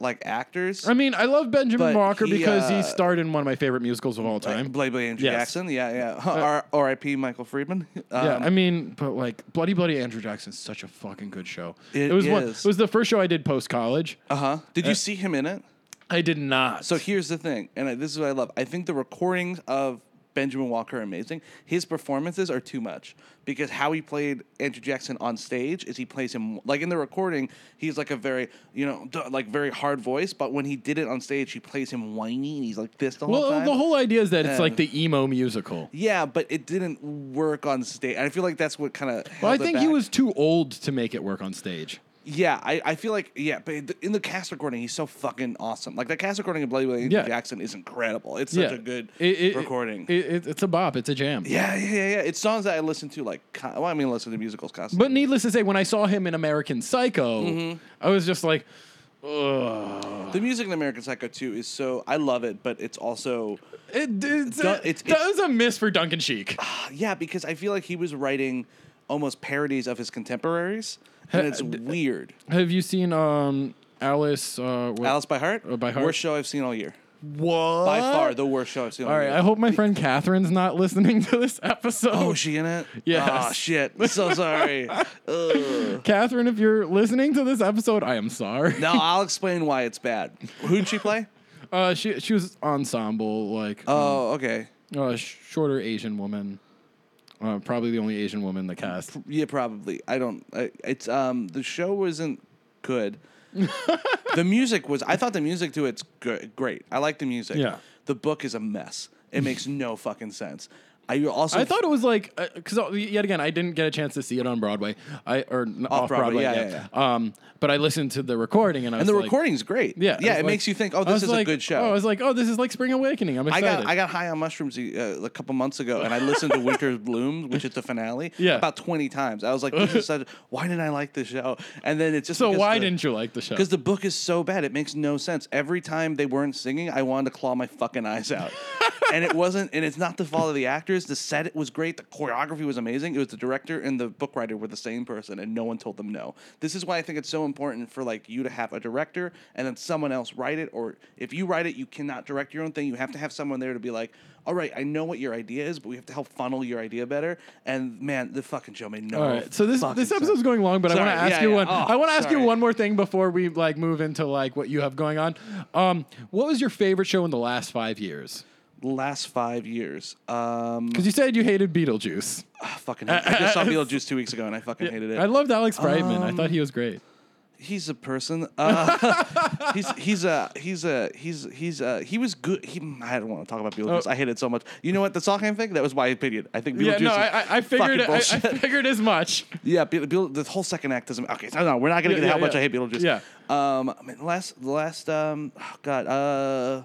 Speaker 2: like actors.
Speaker 1: I mean, I love Benjamin
Speaker 2: But
Speaker 1: Walker
Speaker 2: he,
Speaker 1: because he
Speaker 2: uh,
Speaker 1: starred in one of my favorite musicals of all time.
Speaker 2: Like, Blade Blade Andrew
Speaker 1: Yes. Uh,
Speaker 2: Jackson. Yeah, yeah. R- R.I.P. Michael Friedman. Um,
Speaker 1: yeah, I mean, but like Bloody Bloody Andrew Jackson's such a fucking good show.
Speaker 2: It
Speaker 1: was one. It
Speaker 2: is.
Speaker 1: was the first show I did post college.
Speaker 2: Uh huh. Did you see him in it?
Speaker 1: I did not.
Speaker 2: So here's the thing, and I, this is what I love. I think the recordings of Benjamin Walker are amazing. His performances are too much because how he played Andrew Jackson on stage is he plays him like in the recording. He's like a very you know duh, like very hard voice, but when he did it on stage, he plays him whiny and he's like this the whole
Speaker 1: well,
Speaker 2: time.
Speaker 1: the whole idea is that it's
Speaker 2: Yeah.
Speaker 1: like the emo musical.
Speaker 2: Yeah, but it didn't work on stage. I feel like that's what kind of.
Speaker 1: Well, I think he was too old to make it work on stage.
Speaker 2: Yeah, I, I feel like yeah, but in the- in the cast recording, he's so fucking awesome. Like the cast recording of Bloody Willie
Speaker 1: Yeah.
Speaker 2: Jackson is incredible. It's such
Speaker 1: yeah,
Speaker 2: a good
Speaker 1: It- it-
Speaker 2: recording.
Speaker 1: it- it- it's a bop. It's a jam.
Speaker 2: yeah, yeah, yeah, yeah. It's songs that I listen to like. co- Well, I mean, listen to musicals constantly.
Speaker 1: But needless to say, when I saw him in American Psycho,
Speaker 2: Mm-hmm.
Speaker 1: I was just like, ugh.
Speaker 2: the music in American Psycho 2 is so I love it, but it's also
Speaker 1: It, it's,
Speaker 2: Dun- it's-
Speaker 1: that was a miss for Duncan Sheik.
Speaker 2: yeah because I feel like he was writing almost parodies of his contemporaries, and it's
Speaker 1: uh,
Speaker 2: weird.
Speaker 1: Have you seen um, Alice? Uh, what-
Speaker 2: Alice by Heart,
Speaker 1: Uh, by Heart.
Speaker 2: worst show I've seen all year.
Speaker 1: What?
Speaker 2: By far, the worst show I've seen all,
Speaker 1: All right,
Speaker 2: year.
Speaker 1: I hope my friend Catherine's not listening to this episode.
Speaker 2: Oh, is she in it?
Speaker 1: Yes.
Speaker 2: Oh shit. So sorry. Ugh.
Speaker 1: Catherine, if you're listening to this episode, I am sorry.
Speaker 2: No, I'll explain why it's bad. Who'd she play?
Speaker 1: Uh, she she was ensemble, like
Speaker 2: Oh, okay.
Speaker 1: uh, shorter Asian woman, uh, probably the only Asian woman in the cast.
Speaker 2: Yeah, probably. I don't. I, it's um the show wasn't good. the music was. I thought the music to it's good, great. I like the music.
Speaker 1: Yeah.
Speaker 2: The book is a mess. It makes no fucking sense. I also
Speaker 1: I thought it was like because yet again I didn't get a chance to see it on Broadway. I or off Broadway.
Speaker 2: Broadway, yeah,
Speaker 1: yeah, Um, but I listened to the recording and I
Speaker 2: and
Speaker 1: was
Speaker 2: the
Speaker 1: like,
Speaker 2: recording's great.
Speaker 1: Yeah,
Speaker 2: yeah,
Speaker 1: I was
Speaker 2: it
Speaker 1: like-
Speaker 2: makes you think, oh,
Speaker 1: I was
Speaker 2: this is a
Speaker 1: like-
Speaker 2: good show.
Speaker 1: Oh, I was like, oh, this is like Spring Awakening. I'm
Speaker 2: I
Speaker 1: excited.
Speaker 2: got I got high on mushrooms uh, a couple months ago, and I listened to Winter's Bloom, which is the finale,
Speaker 1: Yeah.
Speaker 2: about twenty times. I was like, this is such. Why didn't I like this show? And then it's just
Speaker 1: so why didn't you like the show?
Speaker 2: Because the book is so bad, it makes no sense. Every time they weren't singing, I wanted to claw my fucking eyes out, and it wasn't. And it's not the fault of the actors. The set was great. The choreography was amazing. It was the director and the book writer were the same person, and no one told them no. This is why I think it's so important for like you to have a director and then someone else write it. Or if you write it, you cannot direct your own thing. You have to have someone there to be like. All right, I know what your idea is, but we have to help funnel your idea better. And man, the fucking show made no.
Speaker 1: All right. So this
Speaker 2: oh, fucking
Speaker 1: this
Speaker 2: sense.
Speaker 1: episode's going long, but I
Speaker 2: Sorry,
Speaker 1: want to ask
Speaker 2: yeah,
Speaker 1: you
Speaker 2: yeah.
Speaker 1: one.
Speaker 2: Oh,
Speaker 1: I want to ask you
Speaker 2: sorry.
Speaker 1: one more thing before we like move into like what you have going on. Um, what was your favorite show in the last five years?
Speaker 2: last five years. Um,
Speaker 1: Because you said you hated Beetlejuice.
Speaker 2: I fucking hate I just saw Beetlejuice two weeks ago and I fucking hated
Speaker 1: I
Speaker 2: it. Um,
Speaker 1: loved Alex Brightman. I thought he was great.
Speaker 2: He's a person. Uh, he's he's a he's a he's he's a he was good. He, I don't want to talk about Beetlejuice.
Speaker 1: Oh.
Speaker 2: I hate it so much. You know what the Salkham thing? That was my opinion. I think
Speaker 1: Yeah,
Speaker 2: Beetlejuice.
Speaker 1: no,
Speaker 2: is
Speaker 1: I, I- I
Speaker 2: fucking
Speaker 1: figured I, I
Speaker 2: bullshit.
Speaker 1: figured as much.
Speaker 2: Yeah, Be- Be- the whole second act doesn't. Okay, so no, we're not gonna
Speaker 1: Yeah,
Speaker 2: get into how
Speaker 1: yeah,
Speaker 2: much
Speaker 1: yeah.
Speaker 2: I hate Beetlejuice.
Speaker 1: Yeah.
Speaker 2: Um, I mean, last, the last, um, oh God, uh,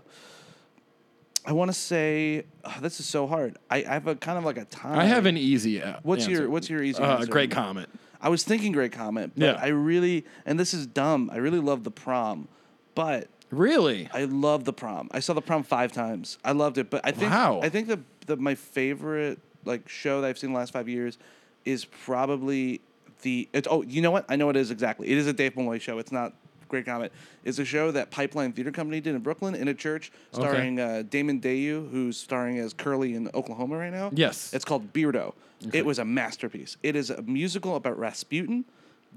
Speaker 2: I want to say oh, this is so hard. I, I have a kind of like a time.
Speaker 1: I have an easy. uh,
Speaker 2: What's your-
Speaker 1: answer.
Speaker 2: what's your easy
Speaker 1: Uh,
Speaker 2: answer?
Speaker 1: Great comment.
Speaker 2: I was thinking Great Comet, but
Speaker 1: Yeah.
Speaker 2: I really and this is dumb. I really love the prom, but
Speaker 1: Really?
Speaker 2: I love the prom. I saw the prom five times. I loved it, but I think
Speaker 1: Wow.
Speaker 2: I think the, the my favorite like show that I've seen the last five years is probably the it's oh you know what I know what it is exactly. It is a Dave Malloy show. It's not Great Comet. It's a show that Pipeline Theater Company did in Brooklyn in a church,
Speaker 1: Okay.
Speaker 2: starring uh, Damon Dayu, who's starring as Curly in Oklahoma right now.
Speaker 1: Yes.
Speaker 2: It's called Beardo. It was a masterpiece. It is a musical about Rasputin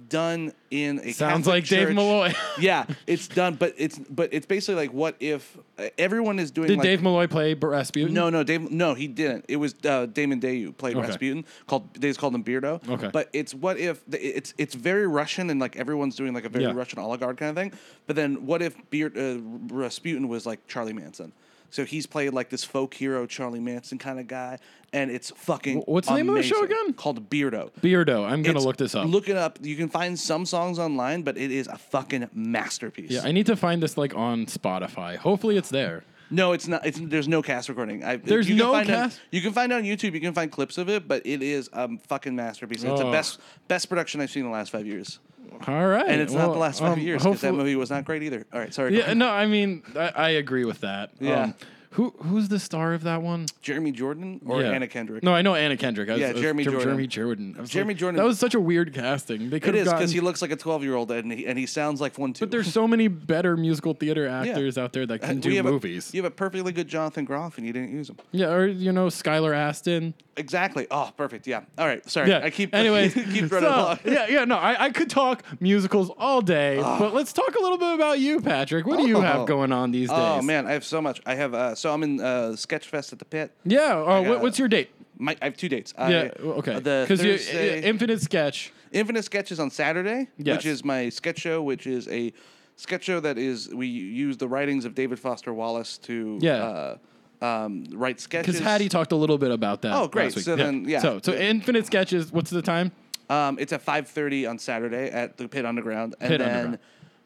Speaker 2: done in a
Speaker 1: Sounds
Speaker 2: Catholic
Speaker 1: like Dave
Speaker 2: church.
Speaker 1: Malloy.
Speaker 2: yeah, it's done, but it's but it's basically like what if uh, everyone is doing
Speaker 1: Did
Speaker 2: like,
Speaker 1: Dave Malloy play Rasputin?
Speaker 2: no, no, Dave. No, he didn't. It was uh, Damon Dayu played
Speaker 1: Okay.
Speaker 2: Rasputin. Called they just called him Beardo.
Speaker 1: Okay.
Speaker 2: But it's what if it's it's very Russian and like everyone's doing like a very
Speaker 1: Yeah.
Speaker 2: Russian oligarch kind of thing. But then what if Beard uh, Rasputin was like Charlie Manson? So he's played like this folk hero Charlie Manson kind of guy, and it's fucking.
Speaker 1: Wh- what's the name of the show
Speaker 2: amazing.
Speaker 1: again?
Speaker 2: Called Beardo.
Speaker 1: Beardo. I'm gonna
Speaker 2: It's-
Speaker 1: look this up.
Speaker 2: Look it up. You can find some songs online, but it is a fucking masterpiece.
Speaker 1: yeah, I need to find this like on Spotify. Hopefully, it's there.
Speaker 2: No, it's not. It's there's no cast recording. I,
Speaker 1: There's
Speaker 2: you can
Speaker 1: no
Speaker 2: find it-
Speaker 1: cast?
Speaker 2: you can find it on YouTube. You can find clips of it, but it is a fucking masterpiece. It's the
Speaker 1: Oh.
Speaker 2: best best production I've seen in the last five years,
Speaker 1: All right.
Speaker 2: and it's not the last five
Speaker 1: um,
Speaker 2: years because that
Speaker 1: hopefully-
Speaker 2: movie was not great either. All right, sorry. go
Speaker 1: Yeah,
Speaker 2: ahead.
Speaker 1: no, I mean, I, I agree with that. Um,
Speaker 2: Yeah.
Speaker 1: who who's the star of that one?
Speaker 2: Jeremy Jordan or
Speaker 1: Yeah.
Speaker 2: Anna Kendrick.
Speaker 1: No, I know Anna Kendrick. I was-
Speaker 2: Yeah,
Speaker 1: I was-
Speaker 2: Jeremy
Speaker 1: Jer-
Speaker 2: Jordan.
Speaker 1: Jeremy Jordan. I was
Speaker 2: Jeremy
Speaker 1: like,
Speaker 2: Jordan-
Speaker 1: That was such a weird casting. They
Speaker 2: it
Speaker 1: could
Speaker 2: is
Speaker 1: have gotten.
Speaker 2: because he looks like a twelve year old and he and he sounds like one too.
Speaker 1: but there's so many better musical theater actors out there that can do movies.
Speaker 2: A, you Uh, have a perfectly good Jonathan Groff and you didn't use him.
Speaker 1: yeah, or you know, Skylar Aston.
Speaker 2: Exactly. Oh, perfect. Yeah. All right. Sorry.
Speaker 1: Yeah.
Speaker 2: I keep
Speaker 1: anyway.
Speaker 2: keep running
Speaker 1: so,
Speaker 2: along.
Speaker 1: yeah, yeah. No, I, I could talk musicals all day, but let's talk a little bit about you, Patrick. What do you
Speaker 2: Oh.
Speaker 1: have going on these days?
Speaker 2: Oh man, I have so much. I have uh, so I'm in uh, Sketchfest at the Pit.
Speaker 1: Yeah. Uh,
Speaker 2: got-
Speaker 1: what, what's your date?
Speaker 2: My, I have two dates.
Speaker 1: Yeah.
Speaker 2: I,
Speaker 1: Okay.
Speaker 2: The
Speaker 1: Because you
Speaker 2: Thursday-
Speaker 1: infinite sketch.
Speaker 2: Infinite Sketch is on Saturday,
Speaker 1: Yes.
Speaker 2: which is my sketch show, which is a sketch show that is we use the writings of David Foster Wallace to
Speaker 1: Yeah.
Speaker 2: uh, um, write sketches.
Speaker 1: Because Hattie talked a little bit about that.
Speaker 2: Oh, great.
Speaker 1: last week.
Speaker 2: So then, yeah.
Speaker 1: So, so Infinite Sketches, what's the time?
Speaker 2: Um, it's at five thirty on Saturday at the Pit Underground, and
Speaker 1: Pit
Speaker 2: then.
Speaker 1: Underground.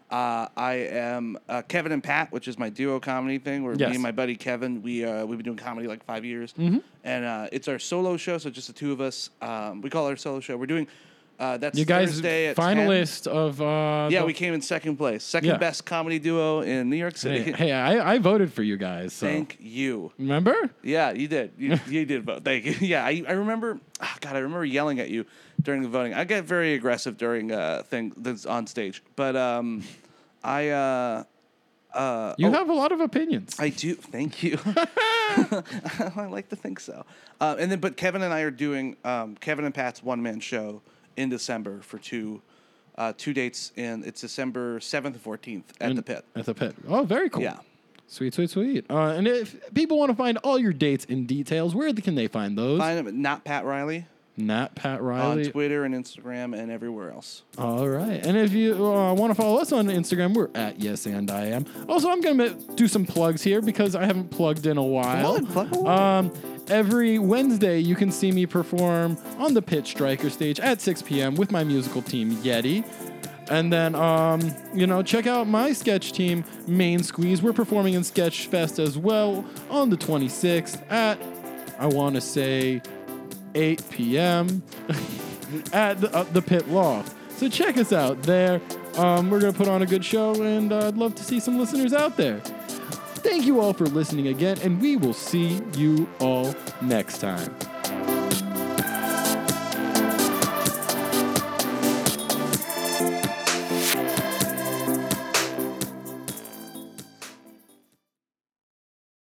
Speaker 2: Uh, I am uh, Kevin and Pat, which is my duo comedy thing. Where
Speaker 1: Yes. Mm-hmm.
Speaker 2: me and my buddy Kevin, we uh, we've been doing comedy like five years, and uh, it's our solo show. So just the two of us. Um, we call our solo show. We're doing uh, that's
Speaker 1: You guys,
Speaker 2: Thursday at 10.
Speaker 1: finalist of. Uh,
Speaker 2: Yeah,
Speaker 1: the-
Speaker 2: we came in second place, second
Speaker 1: Yeah.
Speaker 2: best comedy duo in New York City.
Speaker 1: Hey, hey, I, I voted for you guys. So.
Speaker 2: Thank you.
Speaker 1: Remember?
Speaker 2: Yeah, you did. You, you did vote. Thank you. Yeah, I, I remember. ah, God, I remember yelling at you during the voting. I get very aggressive during uh thing that's on stage, but um, I uh, uh,
Speaker 1: You
Speaker 2: oh,
Speaker 1: have a lot of opinions.
Speaker 2: I do. Thank you. I like to think so. Uh, and then, but Kevin and I are doing um, Kevin and Pat's one man show in December for two. Uh, two dates, and it's December seventh and fourteenth at the pit.
Speaker 1: At the pit. Oh, very cool.
Speaker 2: Yeah.
Speaker 1: Sweet, sweet, sweet. Uh, and if people want to find all your dates and details, where can they find those?
Speaker 2: Find him at not Pat Riley
Speaker 1: Not Pat
Speaker 2: on
Speaker 1: Riley.
Speaker 2: Twitter and Instagram and everywhere else.
Speaker 1: All right. And if you uh, want to follow us on Instagram, we're at yes and I am. Also, I'm going to do some plugs here because I haven't plugged in a while.
Speaker 2: Plug, plug away.
Speaker 1: Um, Every Wednesday, you can see me perform on the Pitch Striker stage at 6 p.m. with my musical team, Yeti. And then, um, you know, check out my sketch team, Main Squeeze. We're performing in Sketch Fest as well on the 26th at, I want to say, 8 p.m. at the, uh, the Pit Loft. So check us out there. Um, we're going to put on a good show, and uh, I'd love to see some listeners out there. Thank you all for listening again, and we will see you all next time.